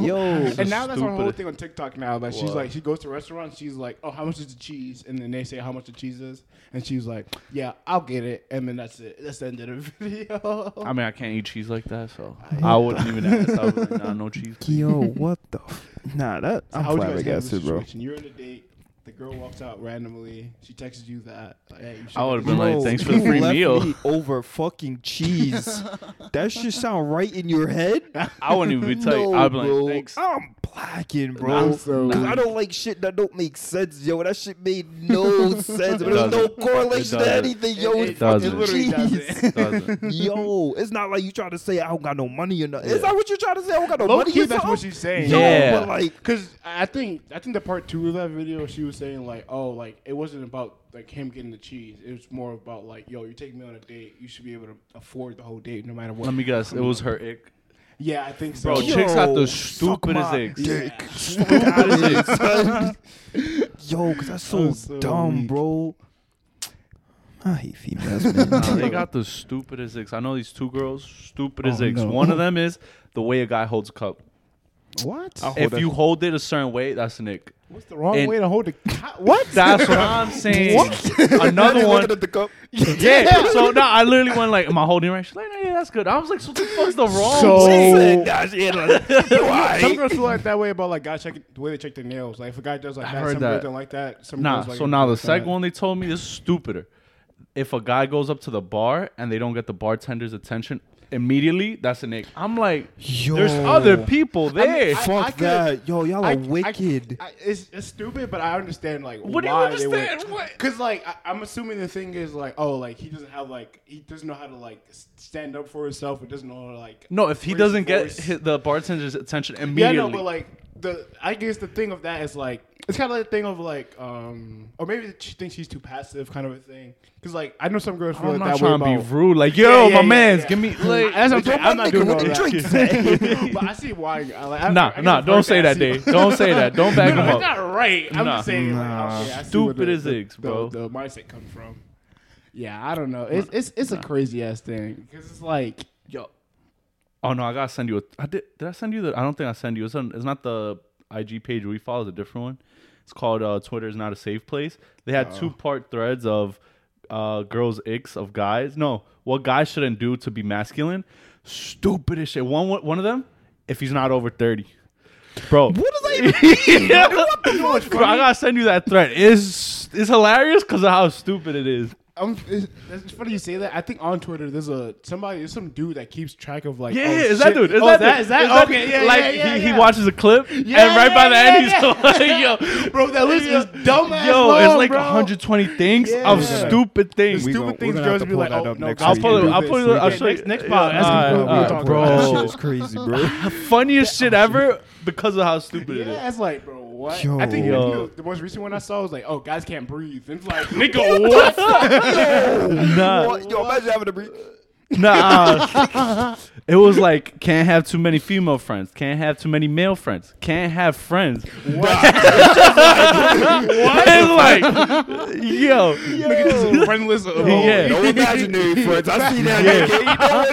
Speaker 2: Yo.
Speaker 3: So
Speaker 1: and now that's her whole
Speaker 3: stupid.
Speaker 1: thing on TikTok now. Like she's
Speaker 3: What?
Speaker 1: like she goes to restaurants, she's like, Oh, how much is the cheese? And then they say how much the cheese is. And she's like, Yeah, I'll get it. And then that's it. That's the end of the video.
Speaker 3: I mean, I can't eat cheese like that, so I wouldn't even ask. I would like, nah, no cheese.
Speaker 2: yo, what the? F- nah, that I'm
Speaker 1: how would you guys handle
Speaker 2: flabbergasted,
Speaker 1: this
Speaker 2: bro.
Speaker 1: situation? You're in a date, the girl walks out randomly, she texts you that. Like, hey, you should
Speaker 3: I would've
Speaker 1: get
Speaker 3: been like,
Speaker 2: Bro,
Speaker 3: "Thanks for the
Speaker 2: you
Speaker 3: free
Speaker 2: left
Speaker 3: meal."
Speaker 2: me over fucking cheese. that should sound right in your head.
Speaker 3: I wouldn't even tell you.
Speaker 2: No,
Speaker 3: I'd be
Speaker 2: bro.
Speaker 3: like, thanks.
Speaker 2: I'm blacking, bro.
Speaker 1: I'm so-
Speaker 2: 'Cause I don't like shit that don't make sense, yo. That shit made no sense. But there's no
Speaker 3: doesn't.
Speaker 2: correlation
Speaker 3: It
Speaker 2: to
Speaker 3: doesn't.
Speaker 2: anything,
Speaker 1: this."
Speaker 2: yo.
Speaker 1: It-
Speaker 2: It's
Speaker 1: it-
Speaker 3: doesn't.
Speaker 1: It literally
Speaker 2: fucking cheese.
Speaker 1: doesn't.
Speaker 3: Doesn't.
Speaker 2: Yo, it's not like you trying to say I don't got no money or nothing. Is that what you trying to say? I don't got no
Speaker 1: Low
Speaker 2: money.
Speaker 1: key,
Speaker 2: or
Speaker 1: that's what
Speaker 2: something?
Speaker 1: she's saying.
Speaker 2: Yo,
Speaker 3: Yeah.
Speaker 2: but like,
Speaker 1: Cause I think I think the part two of that video, she was saying like, oh, like it wasn't about like him getting the cheese. It was more about like, yo, you take me on a date, you should be able to afford the whole date no matter what.
Speaker 3: Let me guess. It was her ick.
Speaker 1: yeah, I think so.
Speaker 3: Bro,
Speaker 2: Um, Yo,
Speaker 3: chicks got the
Speaker 2: suck
Speaker 3: stupidest
Speaker 2: my
Speaker 3: icks.
Speaker 2: dick.
Speaker 3: Stupidest icks.
Speaker 2: yo, cause that's so,
Speaker 1: so
Speaker 2: dumb,
Speaker 1: weak.
Speaker 2: bro. I hate females, man.
Speaker 3: Nah, they got the stupidest icks. I know these two girls, stupidest icks. One of them is the way a guy holds a cup.
Speaker 1: what?
Speaker 3: if you hold it a certain way, that's an ick.
Speaker 1: What's the wrong
Speaker 3: and-
Speaker 1: way to hold a what?
Speaker 3: That's what I'm saying. Another one.
Speaker 2: Looking at the cup.
Speaker 3: Yeah. So now I literally went like, "Am I holding right?" She's like, "Nah, "Yeah, that's good." I was like, "So what the fuck's the wrong?"
Speaker 1: So-
Speaker 3: thing?"
Speaker 2: Listen, guys, yeah, like, you
Speaker 1: Some
Speaker 2: alright?
Speaker 1: girls feel like that way about like guys check the way they check their nails. Like if a guy does like
Speaker 3: I
Speaker 1: that,
Speaker 3: heard
Speaker 1: some
Speaker 3: that.
Speaker 1: girls don't like that. Some
Speaker 3: Nah.
Speaker 1: girls like
Speaker 3: so
Speaker 1: it
Speaker 3: now the
Speaker 1: like
Speaker 3: second
Speaker 1: that.
Speaker 3: one they told me is stupider. If a guy goes up to the bar and they don't get the bartender's attention immediately, that's an ick. I'm like,
Speaker 2: Yo.
Speaker 3: there's other people there.
Speaker 1: I-
Speaker 2: Fuck
Speaker 1: I could-
Speaker 2: that, yo, y'all are
Speaker 1: I- I-
Speaker 2: wicked.
Speaker 1: I- it's, it's stupid, but I understand like
Speaker 3: What do you
Speaker 1: why
Speaker 3: understand?
Speaker 1: they went.
Speaker 3: What?
Speaker 1: Because like I, I'm assuming the thing is like oh like he doesn't have like he doesn't know how to like s- stand up for himself. It doesn't know how to, like
Speaker 3: no, if he
Speaker 1: raise
Speaker 3: doesn't get
Speaker 1: voice.
Speaker 3: hi- the bartender's attention
Speaker 1: yeah
Speaker 3: immediately,
Speaker 1: no, but like the I guess the thing of that is like it's kind of like the thing of like um or maybe she thinks she's too passive kind of a thing. Because like I know some girls feel like
Speaker 3: I'm not
Speaker 1: that way
Speaker 3: trying to be
Speaker 1: about.
Speaker 3: rude. Like, yo,
Speaker 1: yeah,
Speaker 3: my
Speaker 1: yeah,
Speaker 3: man's,
Speaker 1: yeah.
Speaker 3: give me like.
Speaker 1: That's what I'm, saying. I'm
Speaker 2: my
Speaker 1: not
Speaker 2: nigga
Speaker 1: doing all
Speaker 2: with the drinks
Speaker 1: that. but I see why. I, like, I,
Speaker 3: Nah,
Speaker 1: I
Speaker 3: nah, don't say that, Dave.
Speaker 1: Dave.
Speaker 3: Don't say that. Don't back
Speaker 1: no,
Speaker 3: him
Speaker 1: no, it's
Speaker 3: up.
Speaker 1: not right. I'm
Speaker 3: Nah.
Speaker 1: just saying, like, okay, I see where
Speaker 3: Stupid
Speaker 1: the,
Speaker 3: as
Speaker 1: the-
Speaker 3: eggs, bro.
Speaker 1: The, the mindset come from. Yeah, I don't know. It's it's it's a crazy ass thing because it's like
Speaker 3: Yo. Oh no, I gotta send you a. I did. Did I send you the? I don't think I send you. It's, on, it's not the IG page we follow. It's a different one. It's called uh, Twitter is not a safe place. They had two part threads of uh, girls' icks of guys. No, what guys shouldn't do to be masculine. Stupid as shit. One one of them, if he's not over thirty, bro.
Speaker 2: What does that even
Speaker 3: Yeah. Bro, I gotta send you that thread. It's it's hilarious because of how stupid it is.
Speaker 1: I'm. It's, it's funny you say that. I think on Twitter there's a somebody, there's some dude that keeps track of like.
Speaker 3: Yeah,
Speaker 1: oh,
Speaker 3: is
Speaker 1: shit.
Speaker 3: that dude? Is
Speaker 1: oh,
Speaker 3: that,
Speaker 1: that
Speaker 3: dude?
Speaker 1: is that?
Speaker 3: dude?
Speaker 1: okay, yeah,
Speaker 3: like
Speaker 1: yeah, yeah,
Speaker 3: he,
Speaker 1: yeah.
Speaker 3: he watches a clip, and right by the
Speaker 1: yeah,
Speaker 3: end
Speaker 1: yeah.
Speaker 3: he's like, "Yo,
Speaker 1: Bro, that list is dumbass
Speaker 3: yo,
Speaker 1: long,
Speaker 3: it's like
Speaker 1: bro.
Speaker 3: 120 things
Speaker 1: Yeah.
Speaker 3: of
Speaker 1: We're gonna-
Speaker 3: stupid things."
Speaker 2: we
Speaker 1: Stupid
Speaker 2: gonna- we're
Speaker 1: things
Speaker 2: gonna
Speaker 1: girls
Speaker 2: have to
Speaker 1: be
Speaker 2: pull
Speaker 1: like,
Speaker 2: that
Speaker 1: oh
Speaker 2: up
Speaker 1: no,
Speaker 2: next
Speaker 1: guys
Speaker 3: I'll
Speaker 2: week.
Speaker 1: can't
Speaker 3: pull it.
Speaker 1: do
Speaker 3: I'll
Speaker 1: this.
Speaker 3: pull it.
Speaker 1: We
Speaker 3: I'll
Speaker 1: can't-
Speaker 3: show you.
Speaker 1: next- Next pod,
Speaker 3: Yeah,
Speaker 1: ask
Speaker 3: alright,
Speaker 1: him what
Speaker 3: alright,
Speaker 1: we're talking
Speaker 3: bro.
Speaker 1: about.
Speaker 2: That shit is crazy, bro.
Speaker 3: Funniest shit ever because of how stupid it
Speaker 1: Yeah,
Speaker 3: is.
Speaker 1: it's like, bro, what?
Speaker 2: Yo.
Speaker 1: I think
Speaker 3: Yo.
Speaker 1: you know, the most recent one I saw was like, oh, guys can't breathe. It's like, nigga,
Speaker 3: What? nah,
Speaker 2: What? Yo, imagine having to breathe.
Speaker 3: nah. It was like can't have too many female friends, can't have too many male friends, can't have friends. What? it's like, yo,
Speaker 1: nigga, this is friendless. Oh,
Speaker 3: yeah.
Speaker 2: No imaginary friends. I see that.
Speaker 3: Yeah.
Speaker 2: nigga. He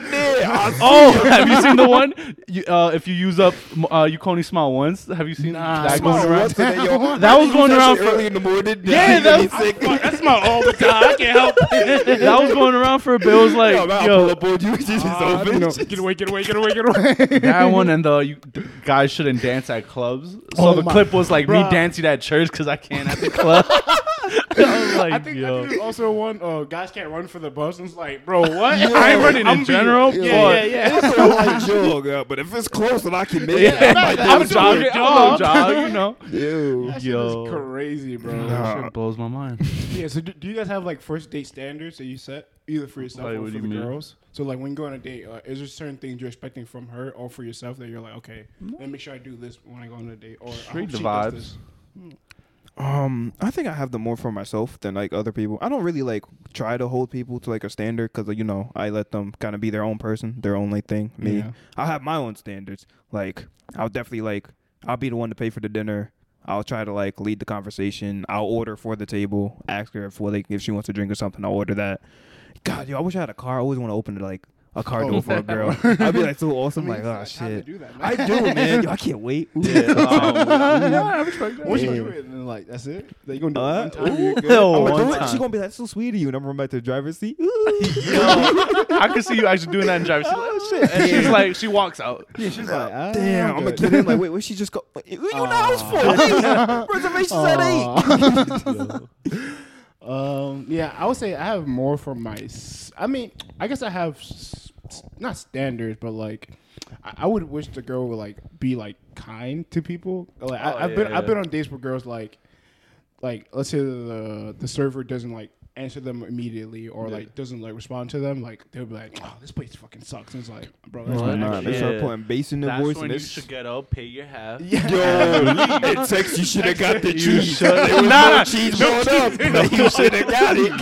Speaker 2: down there. I see
Speaker 3: Oh, have you seen the one? You, uh, if you use up, uh, you can only smile once. Have you seen that
Speaker 2: Smile
Speaker 3: going around?
Speaker 2: once and then, yo,
Speaker 3: That was going
Speaker 2: that
Speaker 3: around
Speaker 2: shit
Speaker 3: for-
Speaker 2: early in the morning.
Speaker 3: Yeah, that was-
Speaker 1: That's my all the time. I can't help it.
Speaker 3: that was going around for a bit. It was like,
Speaker 2: Yo, man, I'll pull
Speaker 3: yo,
Speaker 2: up on you. It's just open.
Speaker 1: Get away, get away, get away, get away.
Speaker 3: that one and the you, d- guys shouldn't dance at clubs. So
Speaker 1: Oh
Speaker 3: the
Speaker 1: my-
Speaker 3: clip was like me
Speaker 1: Bruh.
Speaker 3: dancing at church because I can't at the club. I was like,
Speaker 1: I think, I
Speaker 3: yo.
Speaker 1: think there's also one, oh, guys can't run for the bus. And it's like, bro, what?
Speaker 3: I ain't running in
Speaker 1: I'm being-
Speaker 3: general,
Speaker 1: Yeah,
Speaker 3: but-
Speaker 1: yeah, yeah.
Speaker 2: It's a light jog, uh, but if it's close and I can make it, I might
Speaker 3: I'm
Speaker 2: do it.
Speaker 3: jogging, Oh, I'm jogging, you know.
Speaker 2: Ew.
Speaker 1: That shit
Speaker 3: Yo.
Speaker 1: is crazy, bro.
Speaker 3: That shit blows my mind.
Speaker 1: Yeah, so do, do you guys have like first date standards that you set either for yourself
Speaker 3: Like,
Speaker 1: or
Speaker 3: what
Speaker 1: for
Speaker 3: do
Speaker 1: the
Speaker 3: you mean?
Speaker 1: girls? So like when you go on a date, uh, is there certain things you're expecting from her or for yourself that you're like, okay, let me make sure I do this when I go on a date or I
Speaker 3: Straight
Speaker 1: hope
Speaker 3: the
Speaker 1: she does
Speaker 3: vibes.
Speaker 1: this.
Speaker 2: Um, I think I have the more for myself than like other people. I don't really like try to hold people to like a standard because you know I let them kind of be their own person, their own like thing. Me,
Speaker 1: Yeah.
Speaker 2: I have my own standards. Like I'll definitely like I'll be the one to pay for the dinner. I'll try to like lead the conversation. I'll order for the table. Ask her if what they if she wants a drink or something. I'll order that. God, yo, I wish I had a car. I always want to open like a car
Speaker 1: Oh.
Speaker 2: door for a girl. I'd be like so awesome.
Speaker 1: I mean,
Speaker 2: like, oh
Speaker 1: it's like, how'd they
Speaker 2: shit,
Speaker 1: do that, man?
Speaker 2: I do, man. Yo, I can't wait. Ooh.
Speaker 3: Yeah, um, yeah, I respect that.
Speaker 1: Once you
Speaker 2: Yeah.
Speaker 1: do it, and then, like that's it. That you gonna do it
Speaker 2: Uh,
Speaker 1: one time. You're good.
Speaker 3: no.
Speaker 2: I'm
Speaker 3: one
Speaker 2: gonna do it.
Speaker 3: time.
Speaker 2: She gonna be like, so sweet of you. And I'm gonna be at the driver's seat. Ooh.
Speaker 3: Yo, I can see you actually doing that in driver's seat. Like, oh, shit. And she's like, she walks out.
Speaker 2: Yeah, she's like,
Speaker 4: ah,
Speaker 2: damn, I'm gonna get in. Like, wait, where she just go? Like, you know, I was full. Reservations at eight.
Speaker 1: Um, yeah, I would say I have more for my. s- I mean, I guess I have s- s- not standards, but like, I, I would wish the girl would like be like kind to people. Like,
Speaker 3: Oh,
Speaker 1: I, I've been
Speaker 3: yeah,
Speaker 1: I've been
Speaker 3: yeah.
Speaker 1: on dates with girls like, like let's say the the server doesn't like answer them immediately or like doesn't like respond to them. Like they'll be like, oh, this place fucking sucks. And it's like, bro, that's
Speaker 2: Nah,
Speaker 1: not
Speaker 2: nah,
Speaker 1: actually-
Speaker 2: they start
Speaker 3: Yeah.
Speaker 2: putting bass in their
Speaker 3: That's
Speaker 2: voice.
Speaker 3: when
Speaker 2: And
Speaker 3: you
Speaker 2: it's,
Speaker 3: should get up, pay your half.
Speaker 2: yo, in Texas, you should have got the cheese.
Speaker 3: There was no
Speaker 2: cheese brought up. You should have got it.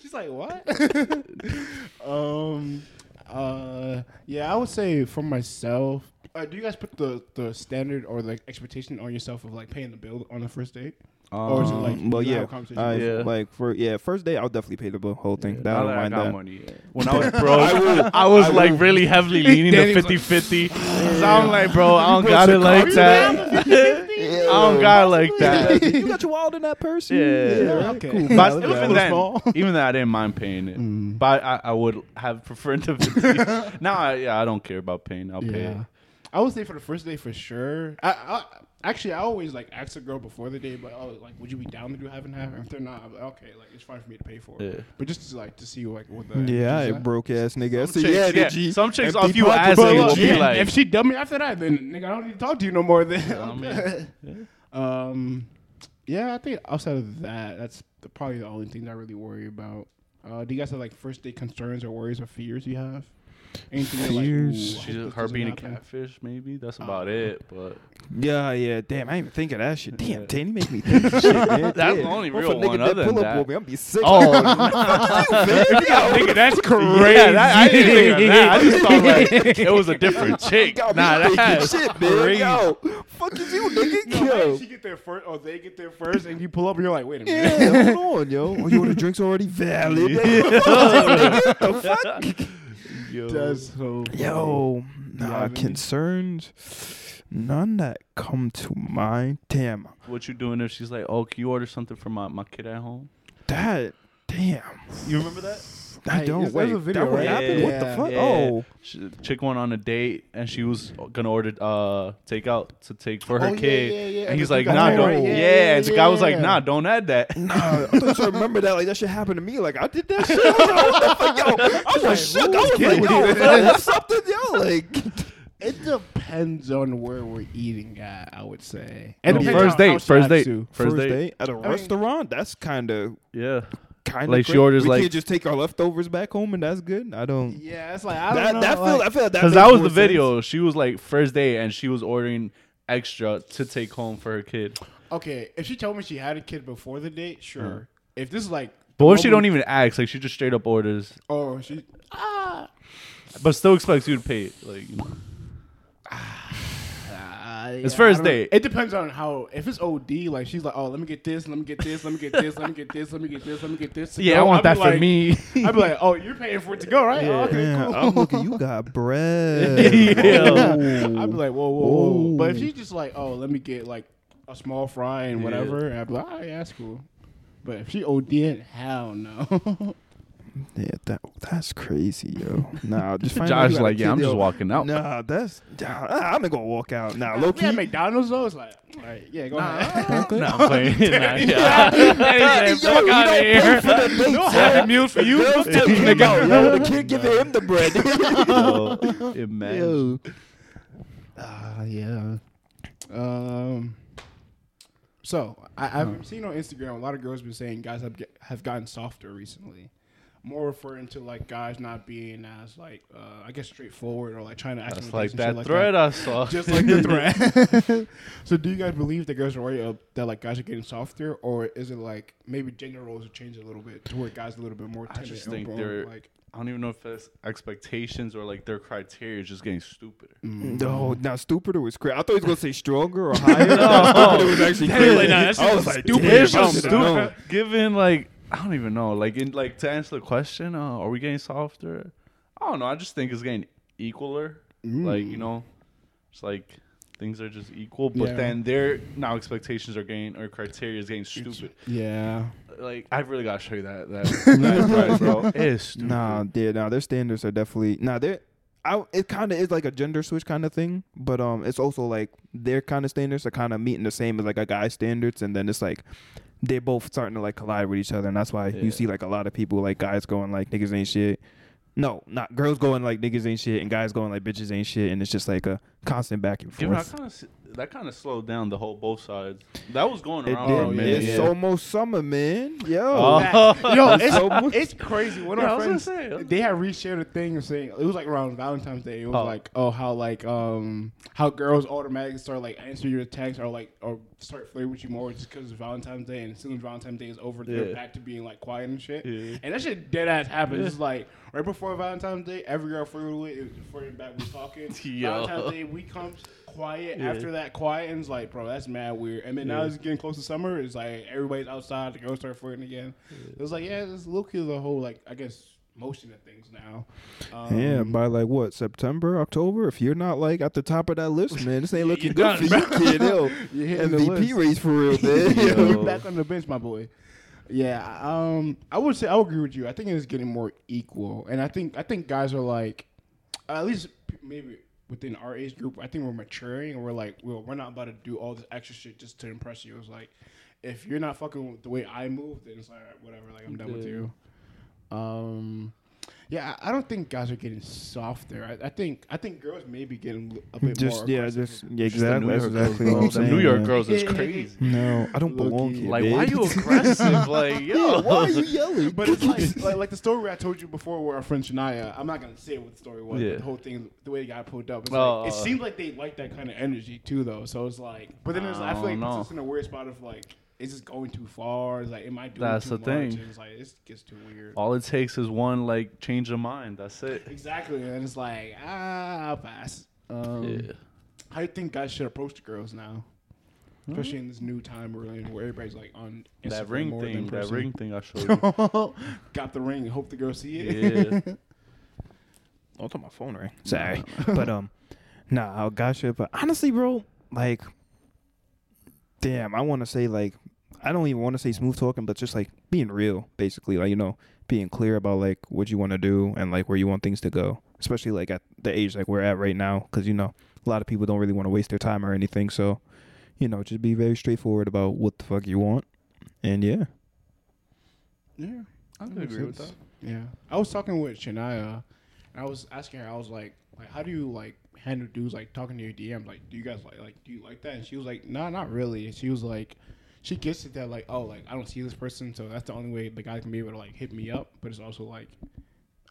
Speaker 1: She's like, what? um, uh, yeah, I would say for myself. Uh, do you guys put the, the standard or like expectation on yourself of like paying the bill on the first date?
Speaker 2: Um,
Speaker 1: or is it like
Speaker 2: well,
Speaker 1: you have
Speaker 2: yeah,
Speaker 1: a conversation
Speaker 2: I,
Speaker 1: with-
Speaker 3: Yeah.
Speaker 2: like for yeah, first day I'll definitely pay the bill, whole thing. that, I
Speaker 3: Now
Speaker 2: don't
Speaker 3: that I
Speaker 2: mind
Speaker 3: got
Speaker 2: that.
Speaker 3: money. When I was broke, I, was like really heavily leaning
Speaker 1: Danny
Speaker 3: to
Speaker 1: was like,
Speaker 3: 50 50. So I'm like, bro, I don't got it like
Speaker 2: coffee
Speaker 3: that. I don't got it like that.
Speaker 2: you got your wallet in that purse.
Speaker 3: Yeah.
Speaker 1: okay.
Speaker 2: cool.
Speaker 3: But
Speaker 2: Yeah,
Speaker 3: even
Speaker 2: that's
Speaker 3: then, even then, I didn't mind paying it.
Speaker 2: Mm.
Speaker 3: But I, I would have preferred to 50. now I, yeah, I don't care about paying. I'll pay.
Speaker 1: Yeah. I would say for the first day for sure. I, I actually I always like ask a girl before the day, but oh, like would you be down to do half and half? And if they're not, I'm like, okay, like it's fine for me to pay for it.
Speaker 3: Yeah.
Speaker 1: But just to, like to see like what the
Speaker 2: Yeah,
Speaker 1: energy's
Speaker 2: I
Speaker 1: at.
Speaker 2: broke ass nigga. I
Speaker 3: Some
Speaker 2: said, yeah,
Speaker 3: chicks- yeah,
Speaker 2: did you?
Speaker 3: some chicks
Speaker 2: empty
Speaker 3: off you
Speaker 2: pocket,
Speaker 3: ass
Speaker 2: but
Speaker 3: nigga
Speaker 2: look,
Speaker 3: will be
Speaker 1: yeah,
Speaker 3: like-
Speaker 1: if she dumb me after that, then nigga, I don't need to talk to you no more. Then
Speaker 3: I mean,
Speaker 1: Um, yeah, I think outside of that, that's the, probably the only thing that I really worry about. Uh, do you guys have like first date concerns or worries or fears you have? Anything that, like,
Speaker 2: Fears?
Speaker 1: ooh, I
Speaker 3: She's,
Speaker 1: hope this
Speaker 3: her
Speaker 1: doesn't
Speaker 3: being a
Speaker 1: happen?
Speaker 3: catfish, maybe. That's about it. But
Speaker 2: Yeah, yeah. Damn, I didn't even think of that shit. Damn,
Speaker 3: Yeah.
Speaker 2: Danny you make me think of shit, man.
Speaker 3: That's
Speaker 2: Damn.
Speaker 3: the only
Speaker 2: Well, if a
Speaker 3: real
Speaker 2: nigga
Speaker 3: one
Speaker 2: that
Speaker 3: other
Speaker 2: pull
Speaker 3: than
Speaker 2: up
Speaker 3: that.
Speaker 2: with me, I'm be sick.
Speaker 3: Oh, nigga, that's crazy. Yeah, that, I didn't think of that. I just thought like it was a different chick. Nah,
Speaker 2: Got me thinking
Speaker 3: that's
Speaker 2: shit, man.
Speaker 3: crazy.
Speaker 2: Yo, fuck is you, nigga?
Speaker 1: No,
Speaker 2: yo.
Speaker 1: maybe she get there first, or they get there first, and you pull up, and you're like, wait a minute.
Speaker 2: Yeah, hold on, yo. Oh, you order drinks already valid?
Speaker 3: Yo.
Speaker 1: That's so
Speaker 2: Yo, nah,
Speaker 1: have any?
Speaker 2: concerns. None that come to mind. Damn,
Speaker 3: What you doing if she's like, oh, can you order something for my, my kid at home?
Speaker 2: that. Damn,
Speaker 3: You remember that?
Speaker 2: I
Speaker 1: Hey,
Speaker 2: don't
Speaker 1: there's-
Speaker 2: wait.
Speaker 1: there's a video,
Speaker 2: that what
Speaker 1: right?
Speaker 2: happened? What
Speaker 1: Yeah,
Speaker 2: the fuck?
Speaker 3: yeah.
Speaker 2: Oh,
Speaker 3: She, chick went on a date and she was gonna order uh takeout to take for her
Speaker 1: Oh, yeah,
Speaker 3: kid.
Speaker 1: yeah, yeah.
Speaker 3: And he's
Speaker 1: And
Speaker 3: like,
Speaker 1: the
Speaker 3: nah,
Speaker 2: guy-
Speaker 3: don't.
Speaker 2: Oh.
Speaker 3: Yeah,
Speaker 2: Yeah,
Speaker 1: yeah,
Speaker 3: and the guy was like,
Speaker 1: yeah.
Speaker 3: nah, don't add that.
Speaker 2: nah. I thought you remember that. Like that shit happened to me. Like I did that shit. I was like, what the fuck, yo? I was shook. I was like,
Speaker 1: kidding
Speaker 2: yo,
Speaker 1: me?
Speaker 2: what's something, yo? Like,
Speaker 1: It depends on where we're eating at, I would say. And
Speaker 2: No,
Speaker 1: depends
Speaker 3: first
Speaker 1: on
Speaker 3: date,
Speaker 1: how she
Speaker 3: first
Speaker 1: acts,
Speaker 3: date.
Speaker 1: too.
Speaker 3: First date.
Speaker 2: at a restaurant. That's kind of
Speaker 3: Yeah.
Speaker 2: kind of
Speaker 3: Like, she orders,
Speaker 2: we
Speaker 3: like-
Speaker 2: can't just take our leftovers back home, and that's good. I don't.
Speaker 1: Yeah, it's like I don't
Speaker 2: That,
Speaker 1: know.
Speaker 2: that feel,
Speaker 1: like-
Speaker 2: I feel that
Speaker 3: Because
Speaker 2: makes
Speaker 3: that was
Speaker 2: more
Speaker 3: the
Speaker 2: sense.
Speaker 3: video. She was like first day, and she was ordering extra to take home for her kid.
Speaker 1: okay, if she told me she had a kid before the date, sure. If this is like,
Speaker 3: Hmm. But what if she
Speaker 1: global-
Speaker 3: don't even ask? Like she just straight up orders,
Speaker 1: Oh, she.
Speaker 3: but still expects you to pay it. Like you know.
Speaker 1: it's
Speaker 3: first date.
Speaker 1: It depends on how. If it's OD, like she's like, oh, let me get this, let me get this, let me get this, let me get this, let me get this, let me get this. to
Speaker 3: yeah, I
Speaker 1: go,"
Speaker 3: want
Speaker 1: I'd be
Speaker 3: that for
Speaker 1: like-
Speaker 3: me.
Speaker 1: I'd be like, oh, you're paying for it to go, right? Oh, okay,
Speaker 2: Yeah,
Speaker 1: cool.
Speaker 2: I'm looking. You got bread.
Speaker 3: Yeah.
Speaker 1: I'd be like, whoa, whoa, whoa.
Speaker 2: Ooh.
Speaker 1: But if she's just like, oh, let me get like a small fry and whatever, I'd be like, oh, yeah, that's cool. But if she OD'd, hell no.
Speaker 2: Yeah, that that's crazy, yo. Nah, just find out "Oh, you
Speaker 3: Josh
Speaker 2: got a
Speaker 3: like, yeah,
Speaker 2: kid,
Speaker 3: I'm just
Speaker 2: yo.
Speaker 3: walking out.
Speaker 2: Nah, that's nah, I'm gonna go walk out. Nah, low
Speaker 1: yeah,
Speaker 2: key.
Speaker 1: McDonald's though, it's like, all right, yeah, go ahead.
Speaker 3: Nah, I'm playing. Nah, yeah. Hey,
Speaker 2: Yo,
Speaker 3: fuck
Speaker 2: you
Speaker 3: out
Speaker 2: don't pay
Speaker 3: here.
Speaker 2: for the dates,
Speaker 3: No,
Speaker 2: yo.
Speaker 3: I had a meal for you.
Speaker 2: Girls take him out, yo. The kid giving him the bread.
Speaker 3: Yo, imagine.
Speaker 2: Yo.
Speaker 1: Uh, yeah. Um. So I, I've
Speaker 3: Uh-huh.
Speaker 1: seen on Instagram a lot of girls been saying guys have get, have gotten softer recently, more referring to like guys not being as like uh, I guess straightforward or like trying to act
Speaker 3: That's
Speaker 1: on
Speaker 3: like
Speaker 1: dates and shit
Speaker 3: that thread I saw.
Speaker 1: Just like the threat. so, do you guys believe that girls are worried of, that like guys are getting softer, or is it like maybe gender roles have changed a little bit to where guys are a little bit more?
Speaker 3: I
Speaker 1: Timid
Speaker 3: just
Speaker 1: and
Speaker 3: think
Speaker 1: more,
Speaker 3: they're-
Speaker 1: like
Speaker 3: I don't even know if it's expectations or like their criteria is just getting stupider.
Speaker 2: No, now stupider was crazy. I thought he was gonna say stronger or higher. no, stupider was actually crazy.
Speaker 5: like, nah, that's
Speaker 2: I was
Speaker 5: just
Speaker 2: like,
Speaker 5: stupid.
Speaker 2: stupid.
Speaker 3: It's
Speaker 5: It's
Speaker 3: just
Speaker 5: just
Speaker 3: stupid. Given like I don't even know. Like in like to answer the question, uh, are we getting softer? I don't know. I just think it's getting equaler. Like
Speaker 2: Mm.
Speaker 3: you know, it's like things are just equal, but
Speaker 1: Yeah.
Speaker 3: then their now expectations are getting or criteria is getting stupid.
Speaker 1: Yeah.
Speaker 3: Like I've really got to show you that that, that pride, bro. It is stupid.
Speaker 2: Nah, yeah, nah, their standards are definitely nah. They're, I, it kind of is like a gender switch kind of thing, but um, it's also like their kind of standards are kind of meeting the same as like a guy's standards, and then it's like they're both starting to like collide with each other, and that's why
Speaker 3: Yeah.
Speaker 2: you see like a lot of people like guys going like niggas ain't shit. No, not girls going like niggas ain't shit, and guys going like bitches ain't shit, and it's just like a constant back and
Speaker 3: Given I
Speaker 2: forth.
Speaker 3: kind of that kind of slowed down the whole both sides. That was going
Speaker 2: It
Speaker 3: around
Speaker 2: did.
Speaker 3: for a
Speaker 1: yeah,
Speaker 3: minute.
Speaker 2: it's
Speaker 1: yeah.
Speaker 2: almost summer, man. Yo,
Speaker 3: Oh.
Speaker 1: Oh, Yo, it's, it's crazy. One of
Speaker 3: Yeah,
Speaker 1: my
Speaker 3: I was gonna
Speaker 1: friends,
Speaker 3: say.
Speaker 1: they had reshared a thing of saying it was like around Valentine's Day. It was
Speaker 3: Oh.
Speaker 1: like, oh, how like um how girls automatically start like answering your texts or like or start flirting with you more just because Valentine's Day. And as soon as Valentine's Day is over,
Speaker 3: Yeah.
Speaker 1: they're back to being like quiet and shit.
Speaker 3: Yeah.
Speaker 1: And that shit dead ass happens. It's like right before Valentine's Day, every girl flirted with it was flirting back. We talking.
Speaker 3: Yo.
Speaker 1: Valentine's Day we comes quiet after that quiet and it's like bro that's mad weird and then now it's getting close to summer it's like everybody's outside the girls start flirting again it was like yeah this look is a whole like i guess motion of things now um,
Speaker 2: Yeah, by like what September, October. If you're not like at the top of that list, man, this ain't looking good for you, kid. Yo,
Speaker 1: You're hitting the list.
Speaker 2: MVP race for real, man.
Speaker 1: we
Speaker 3: Yo.
Speaker 1: back on the bench my boy yeah um i would say i would agree with you i think it's getting more equal and i think i think guys are like at least p- maybe within our age group i think we're maturing and we're like well we're not about to do all this extra shit just to impress you it's like if you're not fucking with the way i move then it's like all right, whatever like i'm done with you um yeah, I I don't think guys are getting softer. I, I think I think girls may be getting a bit more.
Speaker 2: Just yeah,
Speaker 1: aggressive.
Speaker 2: just yeah,
Speaker 3: Just the
Speaker 2: exactly.
Speaker 3: New
Speaker 2: That's
Speaker 3: York
Speaker 2: exactly what
Speaker 3: girls,
Speaker 2: I'm
Speaker 3: bro. The
Speaker 2: saying.
Speaker 3: New York
Speaker 2: yeah.
Speaker 3: girls is
Speaker 1: Yeah.
Speaker 3: crazy.
Speaker 2: No, I don't belong
Speaker 1: Low-key.
Speaker 2: here.
Speaker 3: Like, why are
Speaker 2: bitch.
Speaker 3: you aggressive? like, yo,
Speaker 2: Yeah, why are you yelling?
Speaker 1: But it's like, like like the story I told you before where our friend Shania, I'm not gonna say what the story was,
Speaker 3: Yeah.
Speaker 1: but the whole thing, the way the guy pulled up, it's
Speaker 3: Oh.
Speaker 1: like, it seemed like they liked that kind of energy too, though. So it's like, but then it's, I feel like
Speaker 3: I don't
Speaker 1: it's
Speaker 3: know.
Speaker 1: just in a weird spot of like, is this going too far? Is like, am I doing
Speaker 3: That's
Speaker 1: too
Speaker 3: the
Speaker 1: much?
Speaker 3: thing.
Speaker 1: And it's like, this gets too weird.
Speaker 3: All it takes is one like change of mind. That's it.
Speaker 1: Exactly, and it's like, ah, I'll pass.
Speaker 3: Uh.
Speaker 1: Um, How do you think guys should approach the girls now? Especially in this new time we're in, where everybody's like on
Speaker 3: That
Speaker 1: Instagram
Speaker 3: ring
Speaker 1: more than
Speaker 3: thing. That
Speaker 1: person.
Speaker 3: ring thing I showed you.
Speaker 1: Got the ring. Hope the girls see it.
Speaker 3: Yeah.
Speaker 2: Oh, I thought my phone rang. Sorry, but um, nah, I'll gotcha. But honestly, bro, like, damn, I want to say like, I don't even want to say smooth talking, but just like being real, basically, like you know, being clear about like what you want to do and like where you want things to go, especially like at the age like we're at right now, because you know, a lot of people don't really want to waste their time or anything, so you know, just be very straightforward about what the fuck you want, and yeah.
Speaker 1: yeah.
Speaker 3: I
Speaker 1: That makes sense. Yeah, I was talking with Shania, and I was asking her. I was like, like, how do you like handle dudes like talking to your DMs? Like, do you guys like like do you like that? And she was like, nah, not really. And she was like, she gets it that like, oh, like I don't see this person, so that's the only way the guy can be able to like hit me up. But it's also like,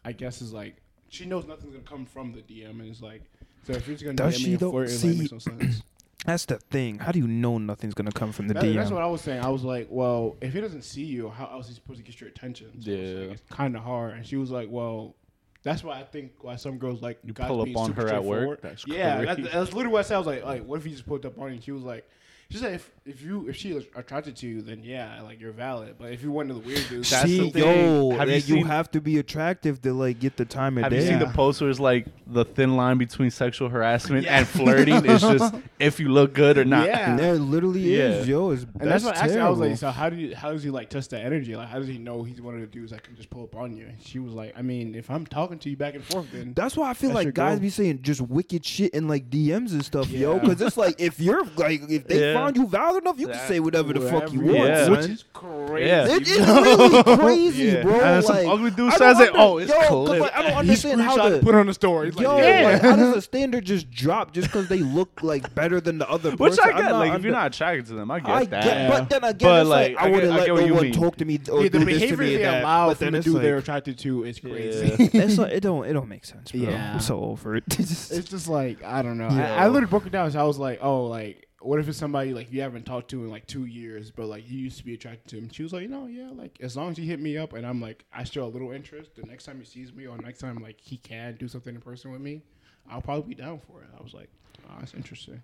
Speaker 1: I guess is like she knows nothing's gonna come from the DM, and it's like, so if you're just gonna
Speaker 2: Does
Speaker 1: DM
Speaker 2: she
Speaker 1: me and
Speaker 2: though-
Speaker 1: flirt, it like,
Speaker 2: see-
Speaker 1: makes no sense.
Speaker 2: That's the thing. How do you know nothing's gonna come from the
Speaker 1: That-
Speaker 2: DM?
Speaker 1: That's what I was saying. I was like, well, if he doesn't see you, how else is he supposed to get your attention? So it's,
Speaker 3: Yeah.
Speaker 1: like, it's kind of hard. And she was like, well, that's why I think why some girls like you
Speaker 3: pull up on her at work? That's
Speaker 1: yeah, that,
Speaker 3: crazy.
Speaker 1: that's literally what I said. I was like, like, what if he just pulled up on you? And she was like, she said, if, if you if she is attracted to you, then yeah, like you're valid. But if you're one of the weird dudes,
Speaker 3: That's
Speaker 2: See,
Speaker 3: the thing.
Speaker 2: yo,
Speaker 3: Have
Speaker 2: have
Speaker 3: you
Speaker 2: you,
Speaker 3: seen-
Speaker 2: have to be attractive to like get the time of
Speaker 3: Have
Speaker 2: day.
Speaker 3: you seen the post where it's like the thin line between sexual harassment and flirting is just if you look good or not.
Speaker 1: Yeah.
Speaker 2: There literally is,
Speaker 3: Yeah.
Speaker 2: yo. It's,
Speaker 1: and that's, what I asked her. I was like,
Speaker 2: terrible.
Speaker 1: so how do you how does he like test that energy? Like how does he know he's one of the dudes that can just pull up on you? And she was like, I mean, if I'm talking to you back and forth, then
Speaker 2: That's why I feel
Speaker 1: That's your
Speaker 2: like guys
Speaker 1: goal.
Speaker 2: be saying just wicked shit in like DMs and stuff, yo.
Speaker 1: Yeah.
Speaker 2: Because it's like if you're like if they
Speaker 3: Yeah.
Speaker 2: find you valid enough, you
Speaker 3: That-
Speaker 2: can say whatever the fuck you
Speaker 1: Whatever.
Speaker 2: want.
Speaker 3: Yeah.
Speaker 2: son.
Speaker 1: which is crazy.
Speaker 3: Yeah.
Speaker 2: It is really crazy,
Speaker 3: Yeah.
Speaker 2: bro.
Speaker 3: And some
Speaker 2: like,
Speaker 3: ugly dude
Speaker 2: I don't
Speaker 3: says it,
Speaker 2: under-
Speaker 3: "Oh, it's
Speaker 2: yo, 'cause,
Speaker 3: cool."
Speaker 2: Like, I don't
Speaker 1: He
Speaker 2: understand how
Speaker 1: screenshot
Speaker 2: the
Speaker 1: and put it on the story. It's like,
Speaker 2: yo,
Speaker 1: yeah.
Speaker 2: like, how does the standard just drop just because they look like better than the other?
Speaker 3: Which
Speaker 2: person?
Speaker 3: I
Speaker 2: I'm
Speaker 3: get.
Speaker 2: not
Speaker 3: Like, if you're
Speaker 2: under-
Speaker 3: not attracted to them, I get
Speaker 2: I
Speaker 3: that.
Speaker 2: get, but then again,
Speaker 3: But,
Speaker 2: it's like,
Speaker 3: like, I
Speaker 2: I wouldn't
Speaker 3: get- I
Speaker 2: let
Speaker 3: get what
Speaker 2: no
Speaker 3: you
Speaker 2: one
Speaker 3: mean.
Speaker 2: talk to me or
Speaker 1: Yeah,
Speaker 2: do
Speaker 1: the
Speaker 2: Oh, this to
Speaker 1: behavior
Speaker 2: me.
Speaker 1: they
Speaker 2: That,
Speaker 1: allow
Speaker 2: but
Speaker 1: for
Speaker 2: then
Speaker 1: the
Speaker 2: it's
Speaker 1: dude
Speaker 2: like,
Speaker 1: they're attracted to is crazy.
Speaker 3: Yeah.
Speaker 2: that's not, it don't it don't make sense, bro.
Speaker 1: Yeah.
Speaker 2: I'm so over it.
Speaker 1: It's just like I don't know.
Speaker 2: Yeah.
Speaker 1: I, I literally broke it down. So I was like, oh, like what if it's somebody like you haven't talked to in like two years, but like you used to be attracted to him? She was like, you know, yeah, like as long as he hit me up and I'm like, I show a little interest. The next time he sees me or next time like he can do something in person with me, I'll probably be down for it. I was like, oh, that's interesting.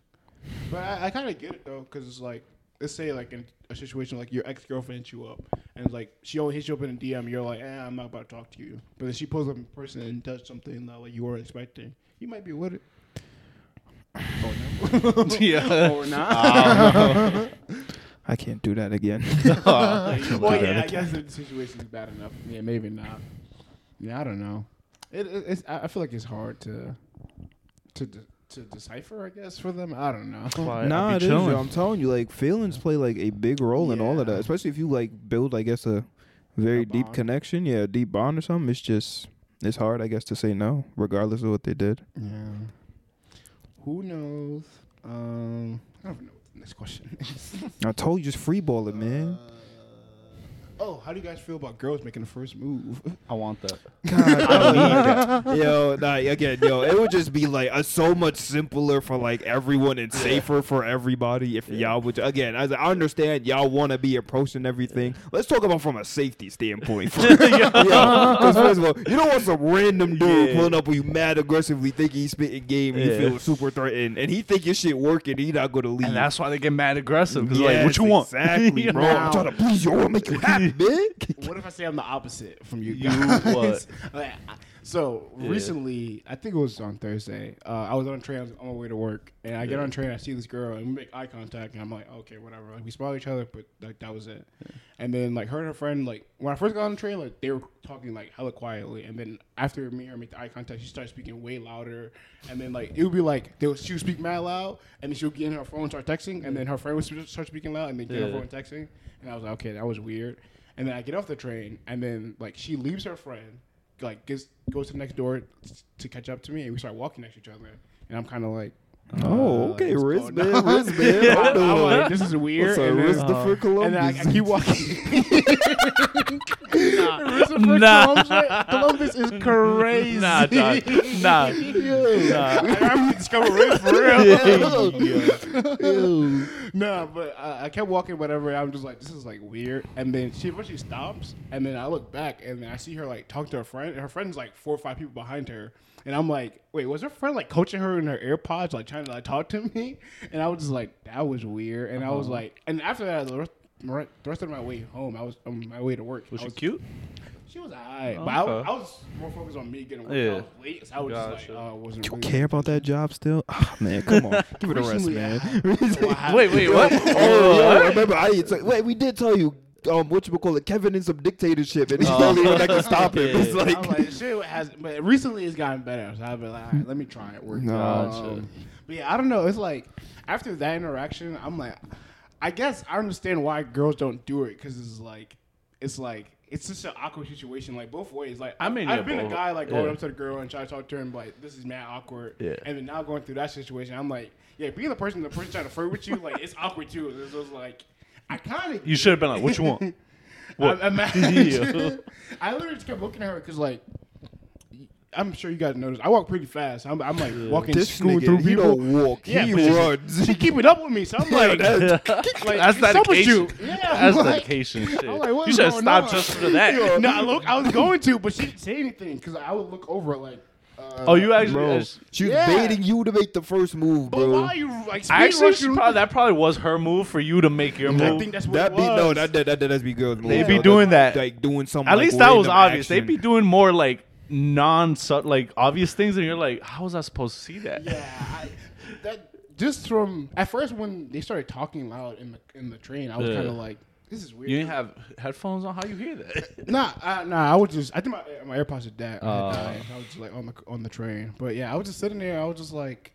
Speaker 1: But I, I kind of get it though, because it's like, let's say like in a situation like your ex girlfriend hits you up, and like she only hits you up in a DM. You're like, eh, I'm not about to talk to you. But then she pulls up in person and does something that like you weren't expecting. You might be with it. Or no.
Speaker 3: Yeah.
Speaker 1: or not.
Speaker 2: I can't do that again.
Speaker 1: well, yeah, I guess the situation is bad enough. Yeah, maybe not. Yeah, I don't know. It, it, it's, I I feel like it's hard to to de- to decipher. I guess for them, I don't know.
Speaker 3: Why? I-
Speaker 2: nah,
Speaker 3: I
Speaker 2: it
Speaker 3: be
Speaker 2: is. yo.
Speaker 3: chilling.
Speaker 2: I'm telling you, like feelings play like a big role in all of
Speaker 1: Yeah.
Speaker 2: that, especially if you like build, I guess, a very
Speaker 1: A
Speaker 2: deep
Speaker 1: bond.
Speaker 2: connection. Yeah, a deep bond or something. It's just it's hard, I guess, to say no, regardless of what they did.
Speaker 1: Yeah. Who knows? Um, I don't even know what the next question is. Uh,
Speaker 2: I told you, just freeball it, man.
Speaker 1: oh, how do you guys feel about girls making the first move?
Speaker 3: I want that.
Speaker 2: yo, nah, again, yo, it would just be like uh, so much simpler for like everyone and safer for everybody if y'all would. Again, as I understand, y'all want to be approaching everything. Let's talk about from a safety standpoint. Because first of all, you don't want some random dude
Speaker 3: Yeah.
Speaker 2: pulling up on you mad aggressively, thinking he's spitting game, and
Speaker 3: Yeah.
Speaker 2: you feel super threatened, and he think your shit working, and he not gonna leave.
Speaker 3: And that's why they get mad aggressive. 'cause
Speaker 2: Yes,
Speaker 3: like, what you want?
Speaker 2: Exactly, bro. I'm
Speaker 1: Now-
Speaker 2: trying to please you. I want to make you happy, man.
Speaker 1: What if I say I'm the opposite from you
Speaker 3: You
Speaker 1: guys?
Speaker 3: what?
Speaker 1: Like, I- so recently, I think it was on Thursday. Uh, I was on train I was on my way to work, and I get on train. I see this girl, and we make eye contact, and I'm like, okay, whatever. Like we smile at each other, but like that was it. And then like her and her friend, like when I first got on the train, like they were talking like hella quietly, and then after me and her make the eye contact, she started speaking way louder, and then like it would be like they would, she would speak mad loud, and then she would get in her phone and start texting, and then her friend would sp- start speaking loud, and then get in her
Speaker 3: Yeah.
Speaker 1: phone and texting, and I was like, okay, that was weird. And then I get off the train, and then like she leaves her friend, like gets goes to the next door to catch up to me, and we start walking next to each other, and I'm kind of like,
Speaker 2: Oh,
Speaker 1: uh,
Speaker 2: okay,
Speaker 1: what's going
Speaker 2: wristband,
Speaker 1: on?
Speaker 2: wristband.
Speaker 1: Yeah,
Speaker 2: Hold
Speaker 1: I'm
Speaker 2: on.
Speaker 1: like, this is weird.
Speaker 2: What's up,
Speaker 1: and then,
Speaker 3: Oh.
Speaker 2: Christopher
Speaker 1: and then I, I
Speaker 2: Columbus?
Speaker 1: keep walking. Christopher
Speaker 3: Nah.
Speaker 1: Columbus, Columbus is crazy.
Speaker 3: Nah, dog. Nah.
Speaker 1: Yeah. Like, I'm discovering race for real. nah, but I, I kept walking, whatever. I'm just like, this is like weird. And then she eventually stops, and then I look back, and then I see her like talk to her friend, and her friend's like four or five people behind her. And I'm like, wait, was her friend like coaching her in her AirPods, like trying to like talk to me? And I was just like, that was weird. And I was
Speaker 2: Uh-huh.
Speaker 1: like, and after that, the rest, the rest of my way home, I was on my way to work.
Speaker 3: Was
Speaker 1: I
Speaker 3: she
Speaker 1: was
Speaker 3: cute?
Speaker 1: she was alright, but I, was-
Speaker 3: Okay.
Speaker 1: I was more focused on me getting work.
Speaker 3: Yeah.
Speaker 1: I was late, so I was just
Speaker 3: Gotcha.
Speaker 1: like, uh, wasn't
Speaker 2: You
Speaker 1: really
Speaker 2: care about that job still? Ah, man, come on, give it a rest,
Speaker 1: Recently,
Speaker 2: man.
Speaker 1: I- I-
Speaker 3: Wait, wait, what?
Speaker 2: Oh, yo, remember I had t- wait, we did tell you um what you call it, Kevin in some dictatorship, and he's the only one that can stop him. It's
Speaker 3: Yeah.
Speaker 1: I was
Speaker 2: like
Speaker 1: like, shit has, but recently it's gotten better. So I've been like, alright, let me try it. Work.
Speaker 2: Gotcha.
Speaker 1: Um, but yeah, I don't know. It's like after that interaction, I'm like, I guess I understand why girls don't do it because it's like, it's like. It's just an awkward situation, like both ways. Like I
Speaker 3: I mean,
Speaker 1: mean, I've
Speaker 3: yeah,
Speaker 1: been a
Speaker 3: both.
Speaker 1: guy like going
Speaker 3: Yeah.
Speaker 1: up to the girl and trying to talk to her and be like this is mad awkward.
Speaker 3: Yeah.
Speaker 1: And then now going through that situation, I'm like, yeah, being the person, the person trying to flirt with you, like it's awkward too. It's just like I kind of
Speaker 3: You should have been like, what you want? What?
Speaker 1: I, imagine.
Speaker 3: Yeah.
Speaker 1: I literally just kept looking at her because, like, I'm sure you guys noticed. I walk pretty fast. I'm, I'm like walking,
Speaker 2: this
Speaker 1: scooting through
Speaker 2: nigga, he
Speaker 1: people.
Speaker 2: don't walk,
Speaker 1: Yeah,
Speaker 2: he
Speaker 1: but she-
Speaker 2: runs.
Speaker 1: She keep it up with me, so I'm like, like
Speaker 3: That's
Speaker 1: what's up with you?
Speaker 3: dedication.
Speaker 1: Yeah,
Speaker 3: That's
Speaker 1: I'm
Speaker 3: dedication shit.
Speaker 1: I'm like, what
Speaker 3: you
Speaker 1: is
Speaker 3: should have
Speaker 1: going
Speaker 3: stopped
Speaker 1: on?
Speaker 3: just for that.
Speaker 1: no, I look, I was going to, but she didn't say anything because I would look over like. Uh,
Speaker 3: Oh, you actually.
Speaker 2: Bro,
Speaker 3: actually-
Speaker 2: she's
Speaker 1: Yeah.
Speaker 2: baiting you to make the first move,
Speaker 1: But why
Speaker 2: bro.
Speaker 1: are you like? speed
Speaker 3: Actually,
Speaker 1: rushing
Speaker 3: she
Speaker 1: me?
Speaker 3: probably, that probably was her move for you to make your
Speaker 1: I
Speaker 3: move.
Speaker 1: think that's what
Speaker 2: That
Speaker 1: it
Speaker 2: be no,
Speaker 1: was.
Speaker 2: that that that, that's be good.
Speaker 3: They be doing that.
Speaker 2: like doing something.
Speaker 3: At
Speaker 2: like,
Speaker 3: least that was
Speaker 2: random
Speaker 3: obvious.
Speaker 2: action.
Speaker 3: They'd be doing more like non like obvious things, and you're like, how was I supposed to see that?
Speaker 1: Yeah, I, that just from at first when they started talking loud in the in the train, I was
Speaker 3: Yeah.
Speaker 1: kind of like, "This is weird."
Speaker 3: You didn't have headphones on. How you hear that?
Speaker 1: Nah, I, nah. I was just. I think my my AirPods had died.
Speaker 3: Oh.
Speaker 1: had died. I was just like on the on the train. But yeah, I was just sitting there. I was just like,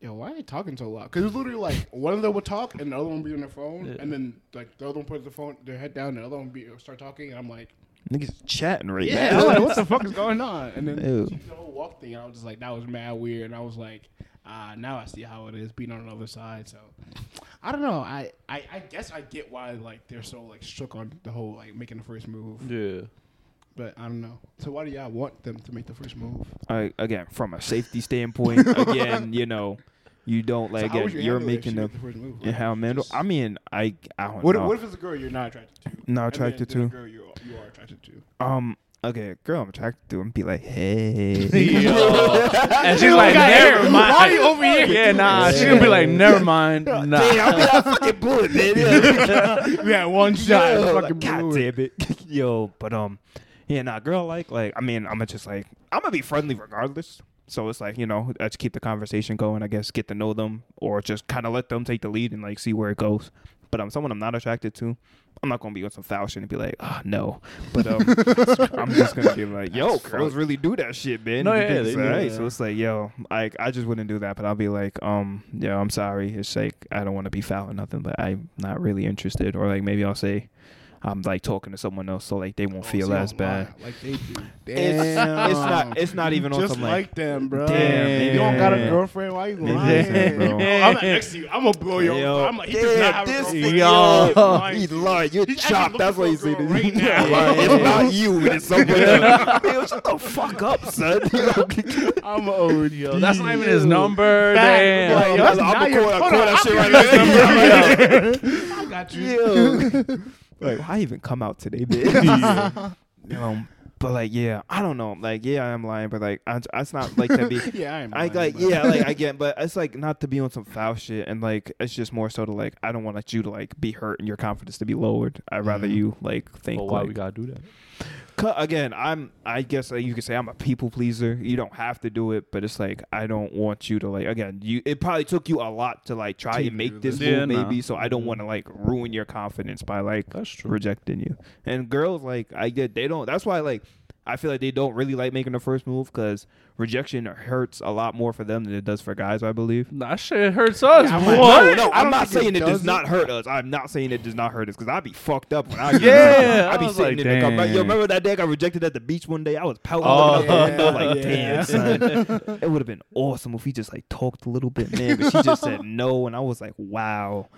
Speaker 1: yo, why are they talking so loud? Because it's literally like one of them would talk and the other one would be on their phone, and then like the other one puts the phone their head down, and the other one be start talking, and I'm like,
Speaker 2: niggas chatting right
Speaker 1: yeah, I'm
Speaker 2: now.
Speaker 1: like, what the fuck is going on? And then
Speaker 2: Ew.
Speaker 1: she did the whole walk thing, and I was just like, that was mad weird. And I was like, ah, now I see how it is being on the other side. So I don't know. I, I, I guess I get why like they're so like shook on the whole like making the first move,
Speaker 3: yeah.
Speaker 1: but I don't know. So why do y'all want them to make the first move?
Speaker 2: I, again, from a safety standpoint, again, you know, You don't like
Speaker 1: how
Speaker 2: it.
Speaker 1: was your
Speaker 2: You're
Speaker 1: handler if
Speaker 2: making
Speaker 1: she
Speaker 2: them.
Speaker 1: got the first move?
Speaker 2: Yeah,
Speaker 1: Like,
Speaker 2: how Mandel? I mean, I I don't
Speaker 1: What,
Speaker 2: know.
Speaker 1: what if it's a girl you're not attracted to?
Speaker 2: Not
Speaker 1: And then
Speaker 2: attracted
Speaker 1: there's a
Speaker 2: to.
Speaker 1: girl you are, you are attracted to.
Speaker 2: um. Okay, girl, I'm attracted to and be like, hey.
Speaker 3: Yo. and she's like, never mind. Why are you over here? Yeah, nah. She's gonna be like, never mind. Nah.
Speaker 2: fucking bullet, man.
Speaker 1: we had one shot.
Speaker 2: Yo,
Speaker 1: fucking
Speaker 2: like, God
Speaker 1: blew it.
Speaker 2: damn it. Yo, but um, yeah, nah, girl, like, like, I mean, I'm gonna just like, I'm gonna be friendly regardless. So it's like you know, let's keep the conversation going. I guess get to know them, or just kind of let them take the lead and like see where it goes. But um, someone I'm not attracted to, I'm not gonna be on some foul shit and be like, ah, no. But um, I'm just gonna be like, yo, girls really do that shit, man.
Speaker 3: No,
Speaker 2: And
Speaker 3: yeah,
Speaker 2: things
Speaker 3: they
Speaker 2: like
Speaker 3: do
Speaker 2: that.
Speaker 3: that.
Speaker 2: So it's like, yo, like, I just wouldn't do that. But I'll be like, um, yo, I'm sorry. It's like I don't want to be foul or nothing, but I'm not really interested. Or like maybe I'll say, I'm like talking to someone else, so like they won't feel
Speaker 1: So
Speaker 2: as
Speaker 1: don't
Speaker 2: bad.
Speaker 1: lie, Like they do.
Speaker 2: It's, it's not.
Speaker 1: Damn.
Speaker 2: It's not even on
Speaker 1: Just
Speaker 2: some
Speaker 1: like,
Speaker 2: like.
Speaker 1: them, bro.
Speaker 2: Damn,
Speaker 1: you don't got a
Speaker 2: man.
Speaker 1: girlfriend. Why you
Speaker 2: Man,
Speaker 1: lying?
Speaker 2: listen, bro.
Speaker 1: Yo, I'm not next to you. I'm gonna blow your.
Speaker 2: Yo,
Speaker 1: I'm like, he does not have
Speaker 2: yeah,
Speaker 1: a
Speaker 2: this
Speaker 1: girlfriend.
Speaker 2: nigga,
Speaker 1: He's lying.
Speaker 2: he lied. You're
Speaker 1: He's actually
Speaker 2: chopped.
Speaker 1: looking
Speaker 2: That's why
Speaker 1: for
Speaker 2: you
Speaker 1: a
Speaker 2: see
Speaker 1: girl right
Speaker 2: this.
Speaker 1: now.
Speaker 2: It's not you. It's someone else. Yo, shut the fuck up, son.
Speaker 1: I'm old, yo.
Speaker 3: That's not even his number.
Speaker 1: Fact.
Speaker 3: Damn.
Speaker 1: Like, yo,
Speaker 2: I'm
Speaker 1: now
Speaker 2: gonna
Speaker 1: you're-
Speaker 2: call-
Speaker 1: hold
Speaker 2: call
Speaker 1: on,
Speaker 2: that shit
Speaker 1: I got
Speaker 2: right now.
Speaker 1: you.
Speaker 2: I'm like, yo.
Speaker 1: I got you.
Speaker 2: Yo. like, why even come out today, bitch? um, but like, yeah, I don't know. Like, yeah, I am lying, but like, I, it's not like to be.
Speaker 1: Yeah, I am.
Speaker 2: I
Speaker 1: lying,
Speaker 2: like,
Speaker 1: but-
Speaker 2: yeah, like I get, but it's like not to be on some foul shit, and like it's just more so to like, I don't want like, you to like be hurt and your confidence to be lowered. I'd rather
Speaker 1: Mm-hmm.
Speaker 2: you like think.
Speaker 3: Well, why
Speaker 2: like,
Speaker 3: we gotta do that?
Speaker 2: Cu- again, I'm. I guess like, you could say I'm a people pleaser. You don't have to do it, but it's like I don't want you to like. Again, you. It probably took you a lot to like try
Speaker 1: To
Speaker 2: and make
Speaker 1: do
Speaker 2: this
Speaker 1: this.
Speaker 2: move,
Speaker 3: Yeah, nah. Mm-hmm.
Speaker 2: maybe. So I don't want to like ruin your confidence by like
Speaker 3: That's true.
Speaker 2: rejecting you. And girls, like I get, they don't. That's why like I feel like they don't really like making the first move because rejection hurts a lot more for them than it does for guys. I believe.
Speaker 3: That shit hurts us.
Speaker 1: Yeah, I'm like,
Speaker 3: what?
Speaker 2: No, no,
Speaker 1: I
Speaker 2: I'm
Speaker 1: don't
Speaker 2: not
Speaker 1: think it
Speaker 2: saying it does
Speaker 1: doesn't.
Speaker 2: not hurt us. I'm not saying it does not hurt us because I'd be fucked up when I get
Speaker 3: Yeah,
Speaker 2: I'd
Speaker 3: I
Speaker 2: be
Speaker 3: was
Speaker 2: sitting
Speaker 3: like,
Speaker 2: in the car.
Speaker 3: dang.
Speaker 2: Yo, remember that day I got rejected at the beach one day? I was pouting
Speaker 3: Oh,
Speaker 2: looking out the window
Speaker 1: yeah,
Speaker 2: like,
Speaker 1: yeah.
Speaker 2: damn, son. it would have been awesome if he just like talked a little bit, man. But she just said no, and I was like, wow.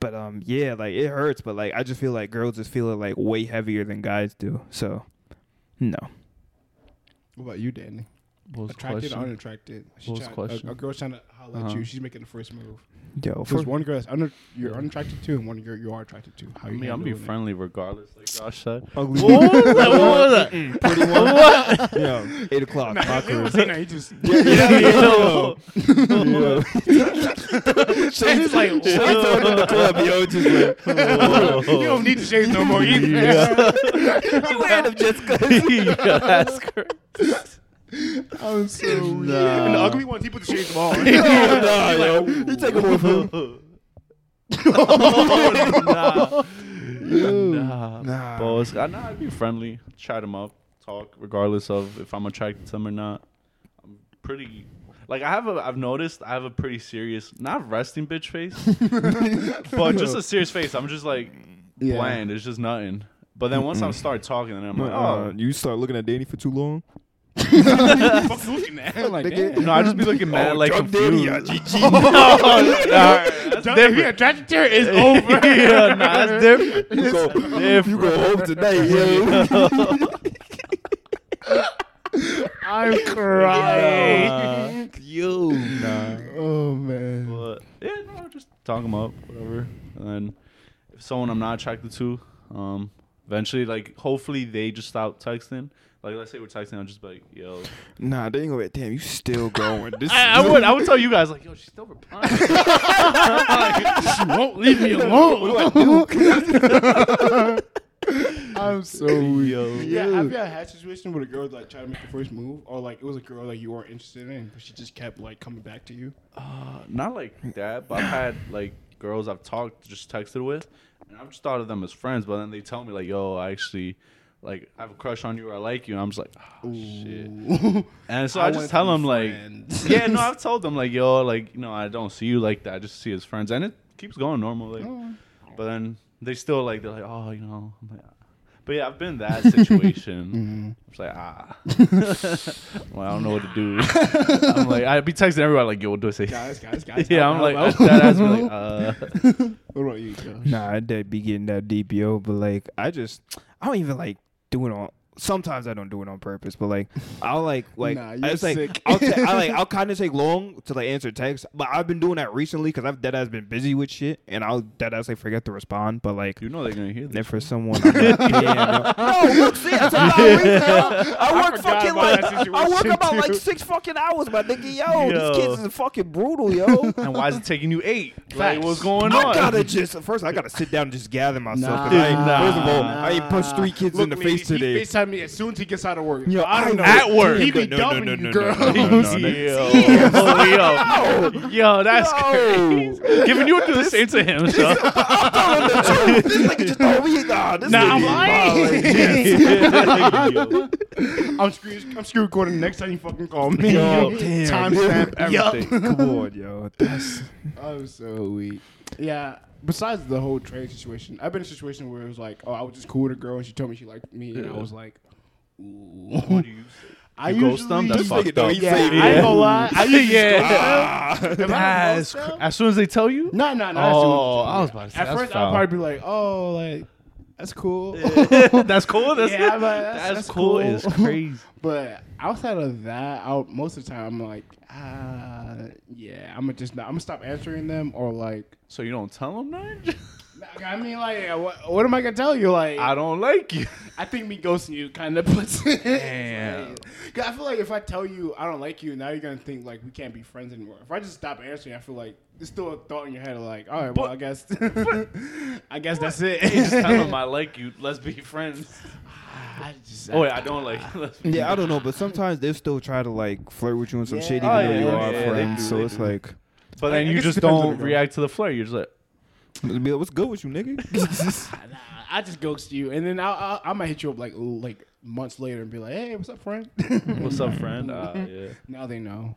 Speaker 2: But um, yeah, like it hurts, but like I just feel like girls just feel it like way heavier than guys do. So, no.
Speaker 1: What about you, Danny?
Speaker 3: What was the
Speaker 1: Attracted,
Speaker 3: question?
Speaker 1: unattracted. She
Speaker 3: What was
Speaker 1: tried-
Speaker 3: the question?
Speaker 1: A, a girl's trying to holler at
Speaker 3: Uh-huh.
Speaker 1: you. She's making the first move.
Speaker 2: Yo,
Speaker 1: There's
Speaker 2: first
Speaker 1: one girl that's under, you're unattracted to, and one girl you are attracted to. How
Speaker 3: I
Speaker 1: you
Speaker 3: mean, I'm be
Speaker 1: handling it?
Speaker 3: friendly regardless. Like Josh said.
Speaker 2: ugly.
Speaker 3: What was that? What was that?
Speaker 2: Yo, eight o'clock. my
Speaker 1: He
Speaker 2: crew.
Speaker 1: was saying that, he just-
Speaker 3: Yo.
Speaker 2: Yeah.
Speaker 1: And he's like,
Speaker 2: Shades
Speaker 1: "What?"
Speaker 2: on in the club, yo. Just like,
Speaker 1: you don't need to shave no more either.
Speaker 2: you wearing them just 'cause.
Speaker 3: Yo, That's crazy.
Speaker 1: I'm so weird.
Speaker 3: Nah.
Speaker 1: And the ugly ones, he put the shades them all.
Speaker 2: nah, yo. You take a
Speaker 3: nah. Nah.
Speaker 2: Nah.
Speaker 3: But it's- I nah, I'd be friendly, chat him up, talk, regardless of if I'm attracted to him or not. I'm pretty. Like I have, a, I've noticed I have a pretty serious, not resting bitch face, but just a serious face. I'm just like
Speaker 1: Yeah.
Speaker 3: bland. It's just nothing. But then once I start talking, then I'm like,
Speaker 2: Uh,
Speaker 3: oh,
Speaker 2: you start looking at Danny for too long.
Speaker 1: Fuck looking at. Like,
Speaker 2: Nigga.
Speaker 1: damn.
Speaker 3: no, I just be looking mad, like
Speaker 2: Drunk Danny, Oh, uh, yeah,
Speaker 3: confused.
Speaker 2: GG.
Speaker 3: Oh, nah,
Speaker 1: If
Speaker 3: that's
Speaker 1: you're
Speaker 3: different.
Speaker 1: attracted to her, it's over.
Speaker 3: yeah, nah, that's different.
Speaker 2: You go- You go home tonight, yo.
Speaker 1: I'm crying.
Speaker 2: You. Nah.
Speaker 1: Oh, man.
Speaker 3: But yeah, no, just talk them up, whatever. And then if someone I'm not attracted to, um, eventually, like, hopefully they just stop texting. Like, let's say we're texting, I'll just be like, yo.
Speaker 2: Nah, they ain't gonna be like, damn, you still going. This
Speaker 3: I, I would, I would tell you guys, like, yo, she's still replying.
Speaker 1: she won't leave me alone. I'm so weird. Yeah, have you ever had a situation where a girl like tried to make the first move, or like it was a girl like you weren't interested in, but she just kept like coming back to you?
Speaker 3: Uh, not like that, but I've had, like, girls I've talked, just texted with, and I've just thought of them as friends, but then they tell me, like, yo, I actually, like, I have a crush on you or I like you. And I'm just like, oh, shit. And so I, just tell them, like, yeah, no, I've told them like, yo, like, you know, I don't see you like that. I just see his friends, and it keeps going normal. Like, but then they still like, they're like, oh, you know, I'm like, ah. but yeah, I've been in that situation. It's like, ah, well, I don't know what to do. I'm like, I'd be texting everyone like, yo, what do I say?
Speaker 1: guys, guys, guys.
Speaker 3: yeah,
Speaker 1: help,
Speaker 3: I'm
Speaker 1: help, help.
Speaker 3: like, that ass be like, uh,
Speaker 1: what about you? Josh?
Speaker 2: Nah, I'd be getting that DPO, but like I just I don't even like doing all sometimes I don't do it on purpose, but like I'll like like
Speaker 1: Nah,
Speaker 2: I
Speaker 1: you're
Speaker 2: just, like,
Speaker 1: sick.
Speaker 2: I'll ta- I like I'll kind of take long to like answer text, but I've been doing that recently because I've dead ass been busy with shit, and I'll dead ass like forget to respond. But like
Speaker 3: You know they're gonna hear
Speaker 2: and then
Speaker 3: this.
Speaker 2: for someone, I'm like, yeah, no. no, look, see, it's about a week, yo. I work
Speaker 1: forgot
Speaker 2: fucking
Speaker 1: about
Speaker 2: like
Speaker 1: that
Speaker 2: I work
Speaker 1: situation,
Speaker 2: about like
Speaker 1: too.
Speaker 2: six fucking hours, my nigga. Yo,
Speaker 3: Yo.
Speaker 2: these kids is fucking brutal, yo.
Speaker 3: And why is it taking you eight? Like,
Speaker 1: Facts.
Speaker 3: what's going
Speaker 2: I
Speaker 3: on?
Speaker 2: gotta just first. I gotta sit down and just gather myself.
Speaker 1: Nah.
Speaker 2: 'cause I ain't-
Speaker 3: Nah.
Speaker 2: First of all, I ain't punched three kids in the
Speaker 1: me,
Speaker 2: face today.
Speaker 1: He FaceTime me as soon as he gets out of work.
Speaker 2: Yo,
Speaker 1: I don't
Speaker 2: I-
Speaker 1: know.
Speaker 3: at work.
Speaker 1: He be
Speaker 2: No, no,
Speaker 1: dumping
Speaker 2: no,
Speaker 1: you,
Speaker 2: no,
Speaker 1: girls.
Speaker 2: no, no, no, no.
Speaker 3: Yo, yo, yo, that's
Speaker 2: No.
Speaker 3: crazy. Giving you do the same to him. So.
Speaker 2: I'm telling the truth. This nigga just told me, nah, this
Speaker 3: Nah,
Speaker 2: nigga
Speaker 3: I'm
Speaker 2: is
Speaker 3: lying.
Speaker 2: wild.
Speaker 3: yo,
Speaker 1: I'm screwed. I'm screwed. Recording the next time you fucking call me.
Speaker 2: Yo,
Speaker 1: Yo,
Speaker 2: damn.
Speaker 1: Timestamp
Speaker 3: Yup.
Speaker 1: everything.
Speaker 2: Come on, yo. That's,
Speaker 1: I'm so weak. Yeah. Besides the whole trade situation, I've been in a situation where it was like, oh, I was just cool with a girl and she told me she liked me, and I was like, ooh. I
Speaker 3: You ghost them? That's
Speaker 1: usually-
Speaker 3: fucked up.
Speaker 1: Yeah, I ain't gonna lie. I usually
Speaker 3: yeah.
Speaker 1: Am I a
Speaker 3: That's
Speaker 1: ghost
Speaker 3: cr-
Speaker 1: them?
Speaker 3: as soon as they tell you.
Speaker 1: No, no, no.
Speaker 3: Oh, I was about to say,
Speaker 1: At
Speaker 3: that's
Speaker 1: first,
Speaker 3: foul.
Speaker 1: I'd probably be like, oh, like that's cool.
Speaker 3: that's cool. That's
Speaker 1: Yeah, but that's-
Speaker 3: that's,
Speaker 1: that's
Speaker 3: cool.
Speaker 1: cool.
Speaker 3: Is crazy.
Speaker 1: but outside of that, I, most of the time, I'm like, ah, yeah, I'm gonna just, not, I'm gonna stop answering them or like,
Speaker 3: So you don't tell them that?
Speaker 1: I mean, like, what, what am I gonna tell you? Like,
Speaker 3: I don't like you.
Speaker 1: I think me ghosting you kind of puts it.
Speaker 3: Damn.
Speaker 1: Cause I feel like if I tell you I don't like you, now you're gonna think like we can't be friends anymore. If I just stop answering, I feel like it's still a thought in your head of like, all right, well, I guess, I guess that's it.
Speaker 3: Just tell them I like you. Let's be friends.
Speaker 1: I just,
Speaker 3: Oh wait, I don't like. You. Let's be
Speaker 2: yeah, I don't know, but sometimes they still try to like flirt with you in some
Speaker 1: Yeah.
Speaker 2: shit, even
Speaker 1: Oh,
Speaker 2: though
Speaker 1: yeah,
Speaker 2: you
Speaker 1: yeah,
Speaker 2: are
Speaker 1: yeah, they
Speaker 2: friends.
Speaker 3: do,
Speaker 2: so
Speaker 3: they
Speaker 2: it's
Speaker 3: do.
Speaker 2: like,
Speaker 3: But then
Speaker 1: I
Speaker 3: you
Speaker 1: guess
Speaker 3: just
Speaker 1: it depends on the
Speaker 3: don't
Speaker 1: girl.
Speaker 3: react to the flirt. You're just like,
Speaker 2: be like, what's good with you, nigga?
Speaker 1: nah, I just ghost you, and then I, I, I might hit you up like like months later and be like, hey, what's up, friend?
Speaker 3: "What's up, friend?" Uh, yeah.
Speaker 1: now they know.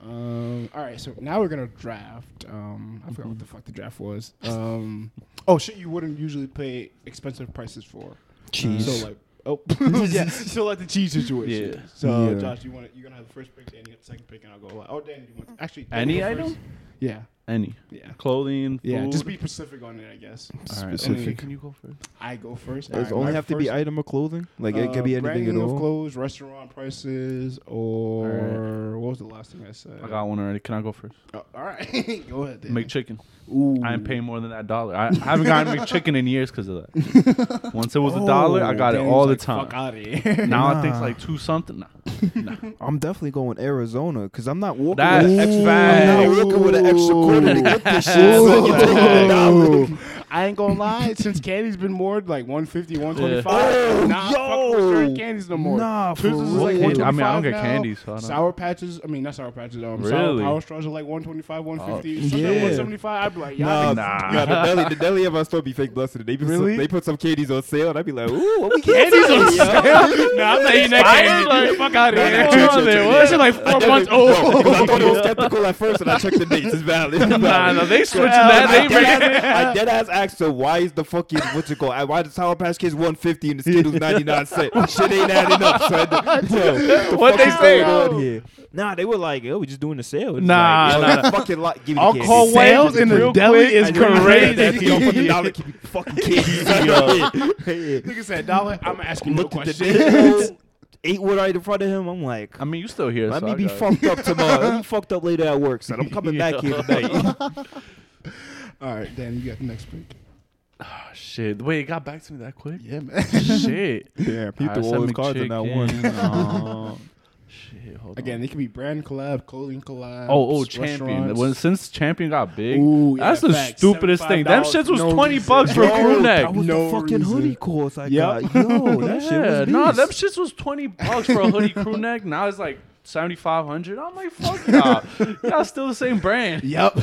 Speaker 1: Um, all right, so now we're gonna draft. Um, I forgot what the fuck the draft was. Um, oh shit, you wouldn't usually pay expensive prices for.
Speaker 2: Cheese.
Speaker 1: So like, oh yeah, so like the cheese situation.
Speaker 3: Yeah.
Speaker 1: So
Speaker 2: Yeah.
Speaker 1: Josh, you want to you're gonna have the first pick, Danny, you have the second pick, and I'll go. Last. Oh, Danny, you want actually Danny,
Speaker 3: Any
Speaker 1: go
Speaker 3: item?
Speaker 1: first. Yeah,
Speaker 3: Any
Speaker 1: yeah,
Speaker 3: clothing,
Speaker 1: yeah.
Speaker 3: food.
Speaker 1: Just be specific on it, I guess.
Speaker 3: All right,
Speaker 2: specific.
Speaker 3: okay, Can you go first?
Speaker 1: I go first. All
Speaker 2: Does it
Speaker 1: right,
Speaker 2: only
Speaker 1: my
Speaker 2: have to be
Speaker 1: first-
Speaker 2: item or clothing? Like, it could be
Speaker 1: Uh,
Speaker 2: anything at
Speaker 1: branding of
Speaker 2: all.
Speaker 1: clothes, restaurant prices, or what was the last thing I said?
Speaker 3: I got one already. Can I go first?
Speaker 1: Oh, all right, go ahead. Danny.
Speaker 3: Make chicken.
Speaker 1: Ooh.
Speaker 3: I ain't paying more than that dollar. I, I haven't gotten McChicken in years because of that. Once it was a dollar, I got it all the time.
Speaker 1: Fuck out of here.
Speaker 3: now I
Speaker 2: Nah.
Speaker 3: think it's like two something. Nah.
Speaker 2: I'm definitely going Arizona because I'm not walking.
Speaker 3: That's
Speaker 2: with
Speaker 3: Ooh.
Speaker 2: I'm not
Speaker 3: facts.
Speaker 2: walking with an extra quarter to get this shit. So you take the dollar.
Speaker 1: Ooh. I ain't gonna lie. Since candy's been more like 150, 125,
Speaker 2: Yeah.
Speaker 1: nah,
Speaker 2: Oh,
Speaker 1: fuck with
Speaker 2: yo.
Speaker 1: straight candies no more.
Speaker 2: Nah, for
Speaker 1: Twizzlers is like
Speaker 2: real.
Speaker 3: I mean, I
Speaker 1: 125
Speaker 3: don't get
Speaker 1: now.
Speaker 3: candy, so I don't.
Speaker 1: Sour patches. I mean, not sour patches. Um, sour
Speaker 3: Really?
Speaker 1: power straws are like 125, 150.
Speaker 2: Oh,
Speaker 1: Sometimes
Speaker 2: yeah.
Speaker 1: 175. I'd be like,
Speaker 2: Nah,
Speaker 1: y'all
Speaker 3: Nah.
Speaker 2: nah. The deli, the deli at my store be fake busted. They be
Speaker 1: Really?
Speaker 2: they put some candies on sale, and I'd be like, ooh, what we
Speaker 3: Candy's on sale.
Speaker 1: Nah, I'm not eating that candy. Get the fuck out of here.
Speaker 2: Nah, chill, chill, chill.
Speaker 3: What is it like four months old?
Speaker 2: I thought it was skeptical at first, and I checked the dates. It's valid. It's
Speaker 3: Nah,
Speaker 2: valid.
Speaker 3: no, they switching
Speaker 2: And
Speaker 3: that.
Speaker 2: I
Speaker 3: They
Speaker 2: dead,
Speaker 3: bring
Speaker 2: ass, I dead ass asked her why is the fucking what's it called? I- Why the Sour Patch Kids one fifty and the Skittles ninety nine cent? Shit ain't adding up, son. Yo, the
Speaker 3: What
Speaker 2: fuck
Speaker 3: they
Speaker 2: is
Speaker 3: say?
Speaker 2: going on here? Nah, they were like, oh, we just doing the sale. It's
Speaker 3: Nah,
Speaker 2: like, yo,
Speaker 3: nah,
Speaker 2: that fucking lot. Give me
Speaker 3: I'll
Speaker 2: candy.
Speaker 3: call one
Speaker 1: Sales in the
Speaker 3: Real
Speaker 1: deli
Speaker 3: quick,
Speaker 1: is
Speaker 3: I just read that
Speaker 1: crazy.
Speaker 3: to you.
Speaker 2: for the dollar. Give me fucking candy.
Speaker 1: Nigga said dollar. I'm asking no
Speaker 2: Looked at the
Speaker 1: question.
Speaker 2: dates, ate what right in front of him. I'm like,
Speaker 3: I mean, you still here?
Speaker 2: let
Speaker 3: so
Speaker 2: me
Speaker 3: I
Speaker 2: be
Speaker 3: got it.
Speaker 2: fucked up tomorrow. Let me fucked up later at work, son. I'm coming back here tonight.
Speaker 1: All right, Danny, you got the next pick.
Speaker 3: Ah, shit. Wait, it got back to me that quick?
Speaker 1: Yeah, man.
Speaker 3: shit.
Speaker 2: Yeah,
Speaker 3: All right, send me chicken. Aw, shit. Hold on.
Speaker 1: Again, it could be brand collab, clothing collab.
Speaker 3: Oh, oh, champion.
Speaker 1: restaurants.
Speaker 3: When, since champion got big,
Speaker 1: Ooh, yeah,
Speaker 3: that's the
Speaker 1: facts.
Speaker 3: stupidest thing. Them
Speaker 1: $75,
Speaker 3: shits was
Speaker 1: no
Speaker 3: twenty
Speaker 1: reason.
Speaker 3: bucks for a
Speaker 1: Bro,
Speaker 3: crew neck.
Speaker 2: That was
Speaker 1: No
Speaker 2: the fucking
Speaker 1: reason.
Speaker 2: hoodie course I
Speaker 1: Yep.
Speaker 2: got. Yo, that shit
Speaker 3: Yeah,
Speaker 2: was beast.
Speaker 3: nah, them shits was twenty bucks for a hoodie crew neck. Now it's like seventy five hundred. I'm like, fuck y'all. y'all still the same brand.
Speaker 1: Yep.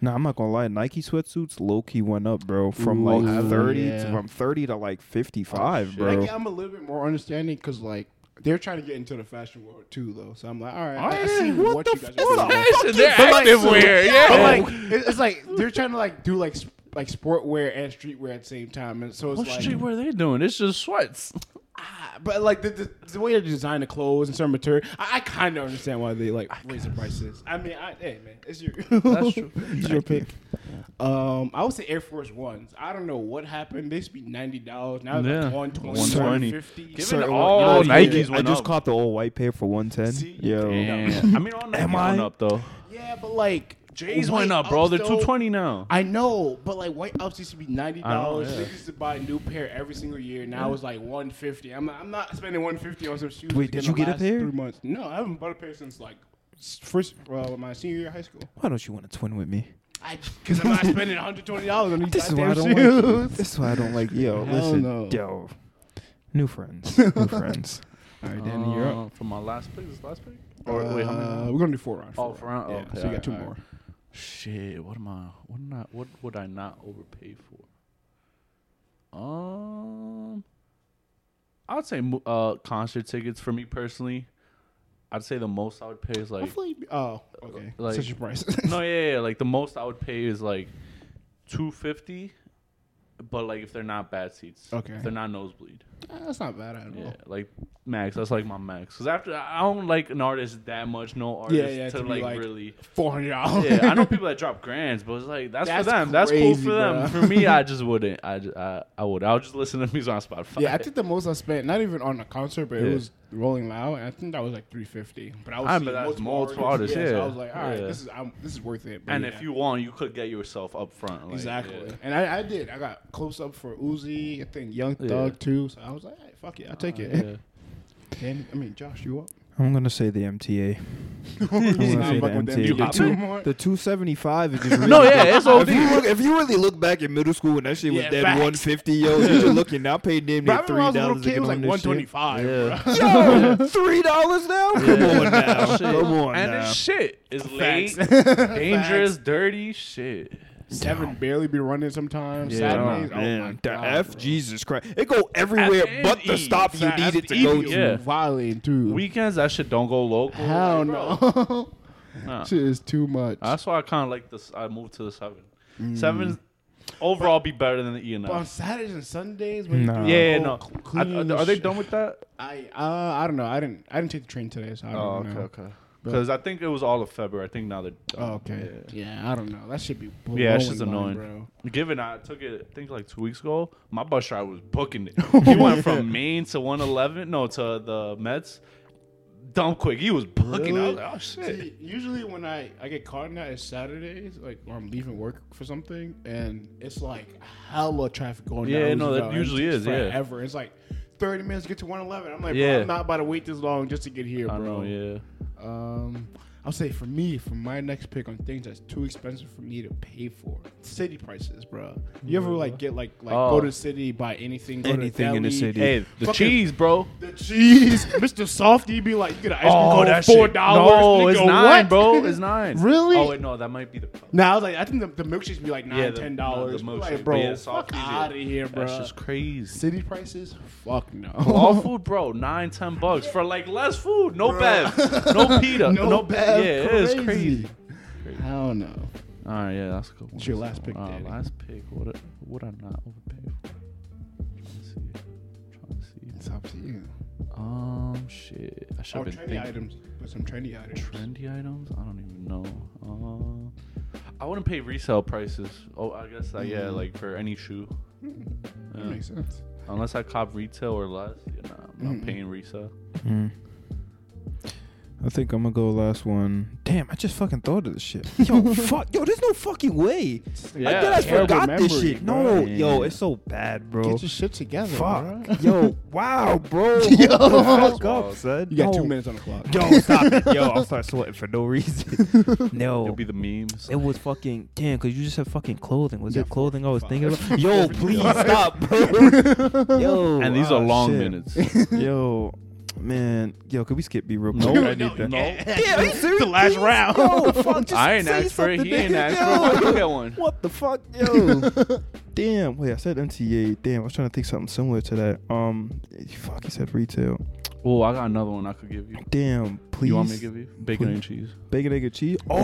Speaker 2: Nah, I'm not gonna lie. Nike sweatsuits low key went up, bro. From
Speaker 1: Ooh,
Speaker 2: like
Speaker 1: have they?
Speaker 2: thirty to
Speaker 1: Yeah. Oh,
Speaker 2: from thirty to like fifty five,
Speaker 1: Like,
Speaker 2: bro.
Speaker 1: yeah, I'm a little bit more understanding because like they're trying to get into the fashion world too, though. So I'm like, all right, I- I
Speaker 3: Alright,
Speaker 1: see
Speaker 2: what
Speaker 1: what,
Speaker 2: the
Speaker 1: you guys are
Speaker 2: fuck?
Speaker 1: doing.
Speaker 3: Shit, They're
Speaker 2: But like-
Speaker 3: active wear.
Speaker 1: But
Speaker 3: Yeah.
Speaker 1: like, it- it's like they're trying to like do like sp- like sportwear and streetwear at the same time, and so it's
Speaker 3: What
Speaker 1: like
Speaker 3: street were they doing? It's just sweats.
Speaker 1: ah, but like the, the, the way they design the clothes and certain material, I, I kind of understand why they like raise the prices. I mean, I, hey man, it's your that's
Speaker 3: true.
Speaker 1: it's your pick. Um, I would say Air Force Ones. I don't know what happened. They used to be ninety dollars. Now
Speaker 3: Yeah.
Speaker 1: they're like 120,
Speaker 3: 120.
Speaker 1: 150.
Speaker 3: Give it all
Speaker 2: you know,
Speaker 3: Nikes
Speaker 2: I
Speaker 3: went
Speaker 2: just
Speaker 3: up.
Speaker 2: caught the old white pair for one ten.
Speaker 1: See?
Speaker 2: Yo,
Speaker 3: Damn. I mean, all Nike
Speaker 2: Am
Speaker 3: went
Speaker 2: I?
Speaker 3: up though.
Speaker 1: Yeah, but like Jay's
Speaker 3: He's went up, bro. They're two twenty now.
Speaker 1: I know, but like white ups used to be ninety
Speaker 3: I know, yeah.
Speaker 1: dollars. They used to buy a new pair every single year. Now it's like one fifty. I'm I'm not spending one fifty on some shoes.
Speaker 2: Wait,
Speaker 1: in
Speaker 2: did
Speaker 1: the
Speaker 2: you get a
Speaker 1: last
Speaker 2: pair?
Speaker 1: Three months. No, I haven't bought a pair since like s- first well my senior year of high school.
Speaker 2: why don't you want to twin with me?
Speaker 1: I because I'm not spending one hundred twenty dollars on these
Speaker 2: This is why I
Speaker 1: goddamn
Speaker 2: don't
Speaker 1: shoes.
Speaker 2: like. This is why I don't like. Yo,
Speaker 1: Hell
Speaker 2: listen,
Speaker 1: no.
Speaker 2: yo, new friends, new friends.
Speaker 1: All right, Danny, you're up.
Speaker 3: Uh, From my last pick, this last pick. Or
Speaker 1: Uh,
Speaker 3: wait, how many?
Speaker 1: we're gonna do four rounds.
Speaker 3: Oh, four round?
Speaker 1: Yeah,
Speaker 3: Okay,
Speaker 1: so we got
Speaker 3: alright,
Speaker 1: two
Speaker 3: alright.
Speaker 1: more.
Speaker 3: Shit, what am I? What not? What would I not overpay for? Um, I'd say mo- uh concert tickets for me personally. I'd say the most I would pay is like
Speaker 1: Hopefully, oh, okay.
Speaker 3: Like-
Speaker 1: Such a price.
Speaker 3: no, yeah, yeah, like the most I would pay is like two fifty, but like if they're not bad seats,
Speaker 1: Okay.
Speaker 3: if they're not nosebleed,
Speaker 1: That's not bad at all.
Speaker 3: yeah, like max. That's like my max. Cause after I don't like an artist that much, no artist
Speaker 1: yeah,
Speaker 3: to,
Speaker 1: to be,
Speaker 3: like,
Speaker 1: like-
Speaker 3: really.
Speaker 1: Four hundred dollars.
Speaker 3: Yeah, I know people that drop grands, but it's like that's,
Speaker 1: That's
Speaker 3: for them. that's cool
Speaker 1: crazy,
Speaker 3: for them.
Speaker 1: bro.
Speaker 3: For me, I just wouldn't. I, ju- I I would. I would just listen to music on Spotify.
Speaker 1: Yeah, I think the most I spent, not even on a concert, but
Speaker 3: Yeah.
Speaker 1: it was Rolling Loud, and I think that was like three fifty. But I was
Speaker 3: I
Speaker 1: seeing
Speaker 3: bet that's
Speaker 1: multiple
Speaker 3: multiple artists,
Speaker 1: so
Speaker 3: yeah.
Speaker 1: I was like, all right,
Speaker 3: Yeah.
Speaker 1: this is I'm, this is worth it. But
Speaker 3: and
Speaker 1: yeah.
Speaker 3: if you want, you could get yourself up front. like,
Speaker 1: exactly,
Speaker 3: yeah.
Speaker 1: and I, I did, I got close up for Uzi, I think Young Thug
Speaker 3: Yeah. Oh,
Speaker 1: too. So I was like, all right, fuck it, I'll take it.
Speaker 3: Yeah.
Speaker 1: Danny, I mean Josh, you up?
Speaker 2: I'm gonna say the MTA.
Speaker 1: I'm
Speaker 2: I'm gonna
Speaker 1: not
Speaker 2: say
Speaker 1: fucking
Speaker 2: the
Speaker 1: with
Speaker 2: MTA.
Speaker 1: Danny.
Speaker 2: The
Speaker 3: hop
Speaker 1: Two
Speaker 3: in?
Speaker 1: more.
Speaker 2: The 275 is just really
Speaker 3: No, yeah,
Speaker 2: if
Speaker 3: it's OD.
Speaker 2: you, look, if you really look back in middle school when that shit was
Speaker 1: Yeah,
Speaker 2: that
Speaker 1: facts.
Speaker 2: 150, yo, you just looking. I paid damn
Speaker 1: But I
Speaker 2: near
Speaker 1: remember when I was
Speaker 2: three
Speaker 1: a little
Speaker 2: dollars to
Speaker 1: kid, it
Speaker 2: get
Speaker 1: was like
Speaker 2: on
Speaker 1: one
Speaker 2: this
Speaker 1: twenty
Speaker 2: shit.
Speaker 1: five.
Speaker 3: Yeah.
Speaker 2: Yo, three dollars now? Come on now,
Speaker 3: Shit.
Speaker 2: come on
Speaker 3: and
Speaker 2: now.
Speaker 3: it's shit. It's late,
Speaker 1: Facts.
Speaker 3: dangerous, dirty shit.
Speaker 1: Seven barely be running sometimes.
Speaker 3: Yeah.
Speaker 1: Saturdays,
Speaker 2: Oh,
Speaker 1: oh,
Speaker 2: man,
Speaker 1: my
Speaker 2: the
Speaker 1: God,
Speaker 2: F
Speaker 1: bro.
Speaker 2: Jesus Christ! It go everywhere
Speaker 3: and
Speaker 2: but the
Speaker 3: E.
Speaker 2: stop you
Speaker 1: Fact,
Speaker 2: need
Speaker 1: that's
Speaker 2: it to go
Speaker 1: evil.
Speaker 2: to.
Speaker 3: Yeah.
Speaker 1: Violating too.
Speaker 3: Weekends, that shit don't go local.
Speaker 1: Hell
Speaker 3: Like, bro,
Speaker 1: no.
Speaker 3: nah.
Speaker 1: Shit is too much.
Speaker 3: That's why I kind of like this. I moved to the seven.
Speaker 1: Mm.
Speaker 3: Seven overall be better than the E and
Speaker 1: But on
Speaker 3: F.
Speaker 1: Saturdays and Sundays, when
Speaker 2: Nah.
Speaker 1: you do
Speaker 3: Yeah, yeah,
Speaker 1: the
Speaker 3: no.
Speaker 1: whole c-
Speaker 3: I-
Speaker 1: Oh, clean
Speaker 3: are they
Speaker 1: sh-
Speaker 3: done with that?
Speaker 1: I uh, I don't know. I didn't I didn't take the train today, so I don't
Speaker 3: Oh,
Speaker 1: know.
Speaker 3: okay, okay. Because I think it was all of February. I think now they're done.
Speaker 1: Oh, okay. Yeah. I don't know. That should be
Speaker 3: Yeah, it's just
Speaker 1: blowing mine,
Speaker 3: annoying.
Speaker 1: bro.
Speaker 3: Given I took it, I think like two weeks ago, my bus ride was booking it. He went from Maine to 111, no, to the Mets. Dumb quick, he was booking. I was like, oh shit.
Speaker 1: See, usually when I, I get caught in that, it's Saturdays, like or I'm leaving work for something, and it's like hella traffic going down.
Speaker 3: Yeah, no,
Speaker 1: Roosevelt,
Speaker 3: that
Speaker 1: and
Speaker 3: usually
Speaker 1: it's
Speaker 3: is, yeah.
Speaker 1: Forever. It's like 30 minutes to get to 111. I'm like,
Speaker 3: Yeah.
Speaker 1: bro, I'm not about to wait this long just to get here,
Speaker 3: I
Speaker 1: bro.
Speaker 3: know, yeah.
Speaker 1: Um, I'll say for me, for my next pick on things that's too expensive for me to pay for, city prices, bro. You ever like get like like
Speaker 3: Oh.
Speaker 1: go to the city buy anything, go to
Speaker 2: Anything in the
Speaker 1: deli,
Speaker 2: city.
Speaker 3: Hey, the
Speaker 1: Fucking-
Speaker 3: cheese, bro.
Speaker 1: The cheese, Mr. Softy be like, you get an ice cream
Speaker 3: Oh,
Speaker 1: cone
Speaker 3: that
Speaker 1: four
Speaker 3: shit.
Speaker 1: dollars.
Speaker 3: No,
Speaker 1: nigga,
Speaker 3: it's nine,
Speaker 1: what?
Speaker 3: bro. It's nine.
Speaker 1: Really?
Speaker 3: Oh wait, no, that might be the.
Speaker 1: Nah, I was like, I think the, the milkshakes be like nine,
Speaker 3: Yeah, the-
Speaker 1: ten
Speaker 3: no,
Speaker 1: dollars.
Speaker 3: the milkshake,
Speaker 1: like,
Speaker 3: but
Speaker 1: bro,
Speaker 3: yeah,
Speaker 1: fuck
Speaker 3: Softies, yeah.
Speaker 1: out of here, bro.
Speaker 3: That's just Oh, crazy.
Speaker 1: City prices? Fuck no.
Speaker 3: All food, bro, nine, ten bucks for like less food, no bev, no pita,
Speaker 1: no, bad.
Speaker 3: Yeah, it is crazy.
Speaker 1: Hell no.
Speaker 3: All right, yeah, that's a good one.
Speaker 1: It's your last pick,
Speaker 3: Uh,
Speaker 1: Danny.
Speaker 3: last pick. What? What I not overpay for? Let's see. trying to see.
Speaker 1: It's up to you.
Speaker 3: Um, shit. I should
Speaker 1: Or
Speaker 3: have been
Speaker 1: trendy
Speaker 3: thinking.
Speaker 1: items. Put some trendy items.
Speaker 3: Trendy items? I don't even know. Uh, I wouldn't pay resale prices. Oh, I guess that, yeah,
Speaker 1: Mhm.
Speaker 3: like for any shoe.
Speaker 1: That
Speaker 3: Yeah.
Speaker 1: makes sense.
Speaker 3: Unless I cop retail or less, you know, I'm not
Speaker 1: Mhm.
Speaker 3: paying resale.
Speaker 2: Hmm. I think I'm gonna go last one. Damn, I just fucking thought of this shit. Yo, fuck, yo, there's no fucking way. I
Speaker 3: Yeah,
Speaker 2: thought I
Speaker 1: terrible
Speaker 2: forgot this
Speaker 1: memory,
Speaker 2: shit.
Speaker 1: bro.
Speaker 2: No,
Speaker 3: Yeah.
Speaker 2: yo, it's so bad, bro.
Speaker 1: Get your shit together,
Speaker 2: Fuck,
Speaker 1: bro.
Speaker 2: yo, wow, bro. yo, fuck up, son.
Speaker 1: You got
Speaker 2: Yo.
Speaker 1: two minutes on the clock.
Speaker 2: Yo, stop it. Yo, I'll start sweating for no reason.
Speaker 6: Oh.
Speaker 2: no.
Speaker 3: It'll be the memes.
Speaker 2: It was fucking damn, cause you just said fucking clothing. Was
Speaker 1: Yeah,
Speaker 2: it clothing I was
Speaker 1: fuck.
Speaker 2: thinking about? Yo, please stop, bro. Yo,
Speaker 3: and these
Speaker 2: ah,
Speaker 3: are long
Speaker 2: shit.
Speaker 3: minutes.
Speaker 2: Yo, man, yo, could we skip B real quick?
Speaker 3: No,
Speaker 2: I
Speaker 3: no,
Speaker 2: need that.
Speaker 3: no.
Speaker 2: Damn, are you serious?
Speaker 1: The last
Speaker 2: Please?
Speaker 1: round.
Speaker 2: Yo, fuck, just
Speaker 3: I ain't
Speaker 2: say
Speaker 3: asked for it.
Speaker 2: something,
Speaker 3: He ain't
Speaker 2: nigga.
Speaker 3: asked for it.
Speaker 2: Yo,
Speaker 3: You get one.
Speaker 2: What the fuck, yo?
Speaker 6: Damn. Wait, I said MTA. Damn, I was trying to think something similar to that. Um, fuck, he said retail.
Speaker 3: Oh, I got another one I could give you.
Speaker 6: Damn. Please.
Speaker 3: You want me to give you bacon
Speaker 6: Please.
Speaker 3: and cheese?
Speaker 6: bacon, egg, and cheese? Oh,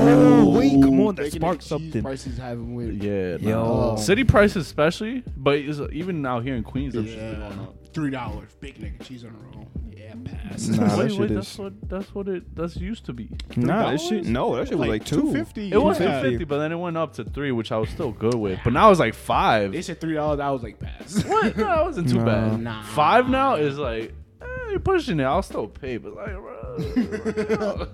Speaker 3: Ooh.
Speaker 6: wait, come on,
Speaker 1: Bacon
Speaker 6: that
Speaker 1: and
Speaker 6: sparked
Speaker 1: cheese
Speaker 6: something.
Speaker 1: Prices haven't went
Speaker 3: Yeah,
Speaker 6: Yo.
Speaker 3: no. city price especially, but it's, uh, even out here in Queens, I'm
Speaker 1: Yeah.
Speaker 3: going up.
Speaker 1: three dollars. Bacon egg and cheese on a roll. Yeah, pass.
Speaker 6: Nah, that
Speaker 3: wait,
Speaker 6: shit
Speaker 3: wait,
Speaker 6: is-
Speaker 3: that's what that's what it that's used to be.
Speaker 6: Nah, that
Speaker 1: $3?
Speaker 6: shit. No, that shit was like two.
Speaker 1: two fifty.
Speaker 3: It was
Speaker 6: Yeah.
Speaker 3: 250, but then it went up to three, which I was still good with. But now it's like five.
Speaker 1: They said three dollars. I was like pass.
Speaker 3: what? No, that wasn't too
Speaker 6: Nah.
Speaker 3: bad.
Speaker 1: Nah.
Speaker 3: Five now is like eh, you're pushing it. I'll still pay, but like bro,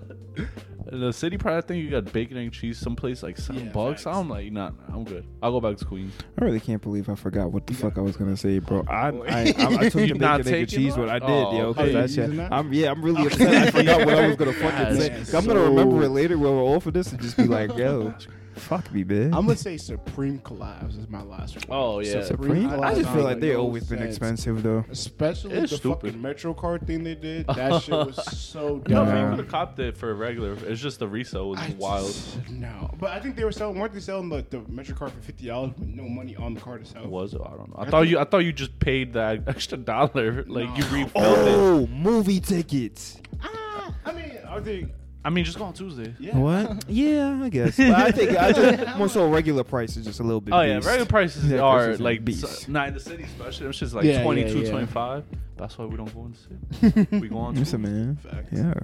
Speaker 3: And the city pride, I think you got bacon and cheese someplace like seven
Speaker 1: Yeah,
Speaker 3: bucks.
Speaker 1: facts.
Speaker 3: I'm like, nah, nah, I'm good. I'll go back to Queens.
Speaker 6: I really can't believe I forgot what the fuck I was gonna say, bro. I
Speaker 1: boy.
Speaker 6: I, I, I took the
Speaker 3: Oh, You
Speaker 6: bacon,
Speaker 3: not
Speaker 6: egg, and
Speaker 3: taking
Speaker 6: cheese,
Speaker 3: that?
Speaker 6: what I did,
Speaker 3: Oh,
Speaker 6: yo.
Speaker 1: okay.
Speaker 6: Cause that shit,
Speaker 1: Using that?
Speaker 6: I'm yeah, I'm really upset. I forgot what I was gonna fucking
Speaker 3: That's
Speaker 6: say. 'Cause I'm gonna remember
Speaker 1: so-
Speaker 6: it later when we're all for this and just be like, yo, fuck me, man.
Speaker 1: I'm gonna say Supreme collabs is my last one.
Speaker 3: Oh, yeah.
Speaker 6: Supreme.
Speaker 1: Collabs
Speaker 6: I just feel
Speaker 1: don't
Speaker 6: like
Speaker 1: make
Speaker 6: they
Speaker 1: no
Speaker 6: always been
Speaker 1: sense.
Speaker 6: expensive though.
Speaker 1: Especially
Speaker 3: It's
Speaker 1: the
Speaker 3: stupid.
Speaker 1: fucking Metro card thing they did. That shit was so
Speaker 3: No,
Speaker 1: dumb.
Speaker 3: man, you could have copped it for regular. It's just the resale was
Speaker 1: I
Speaker 3: wild.
Speaker 1: just- no, but I think they were selling. Weren't they selling like the Metro card for fifty dollars with no money on the card itself?
Speaker 3: Was it? I don't know. I thought you. I thought you just paid that extra dollar. Like you
Speaker 1: No.
Speaker 3: refilled it.
Speaker 6: Oh, movie tickets.
Speaker 1: Ah, I mean, I think
Speaker 3: I mean, just go on Tuesday.
Speaker 1: yeah.
Speaker 6: What? Yeah, I guess. But I think I just more so regular price is just a little bit.
Speaker 3: Oh yeah,
Speaker 6: beast.
Speaker 3: regular prices
Speaker 6: Yeah,
Speaker 3: are
Speaker 6: prices are
Speaker 3: like
Speaker 6: beast.
Speaker 3: so- nah, in the city especially. It's just like
Speaker 1: Yeah, yeah,
Speaker 3: 22,
Speaker 1: yeah.
Speaker 3: 25. That's why we don't go in the city. we go on
Speaker 6: Listen,
Speaker 3: Tuesday.
Speaker 6: man.
Speaker 1: Facts.
Speaker 6: Yeah.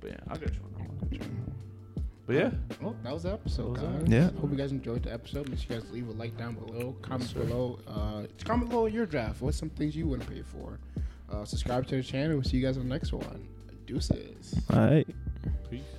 Speaker 3: But yeah, I got you. on that one, I got you. on that one. But yeah,
Speaker 1: Well, that was the episode,
Speaker 3: That was
Speaker 1: guys.
Speaker 6: it. Yeah.
Speaker 1: Hope you guys enjoyed the episode. Make sure you guys leave a like down below, comment below, uh, comment below your draft. What's some things you wouldn't pay for? Uh, subscribe to the channel. We'll see you guys on the next one. Deuces.
Speaker 6: All right.
Speaker 3: peace.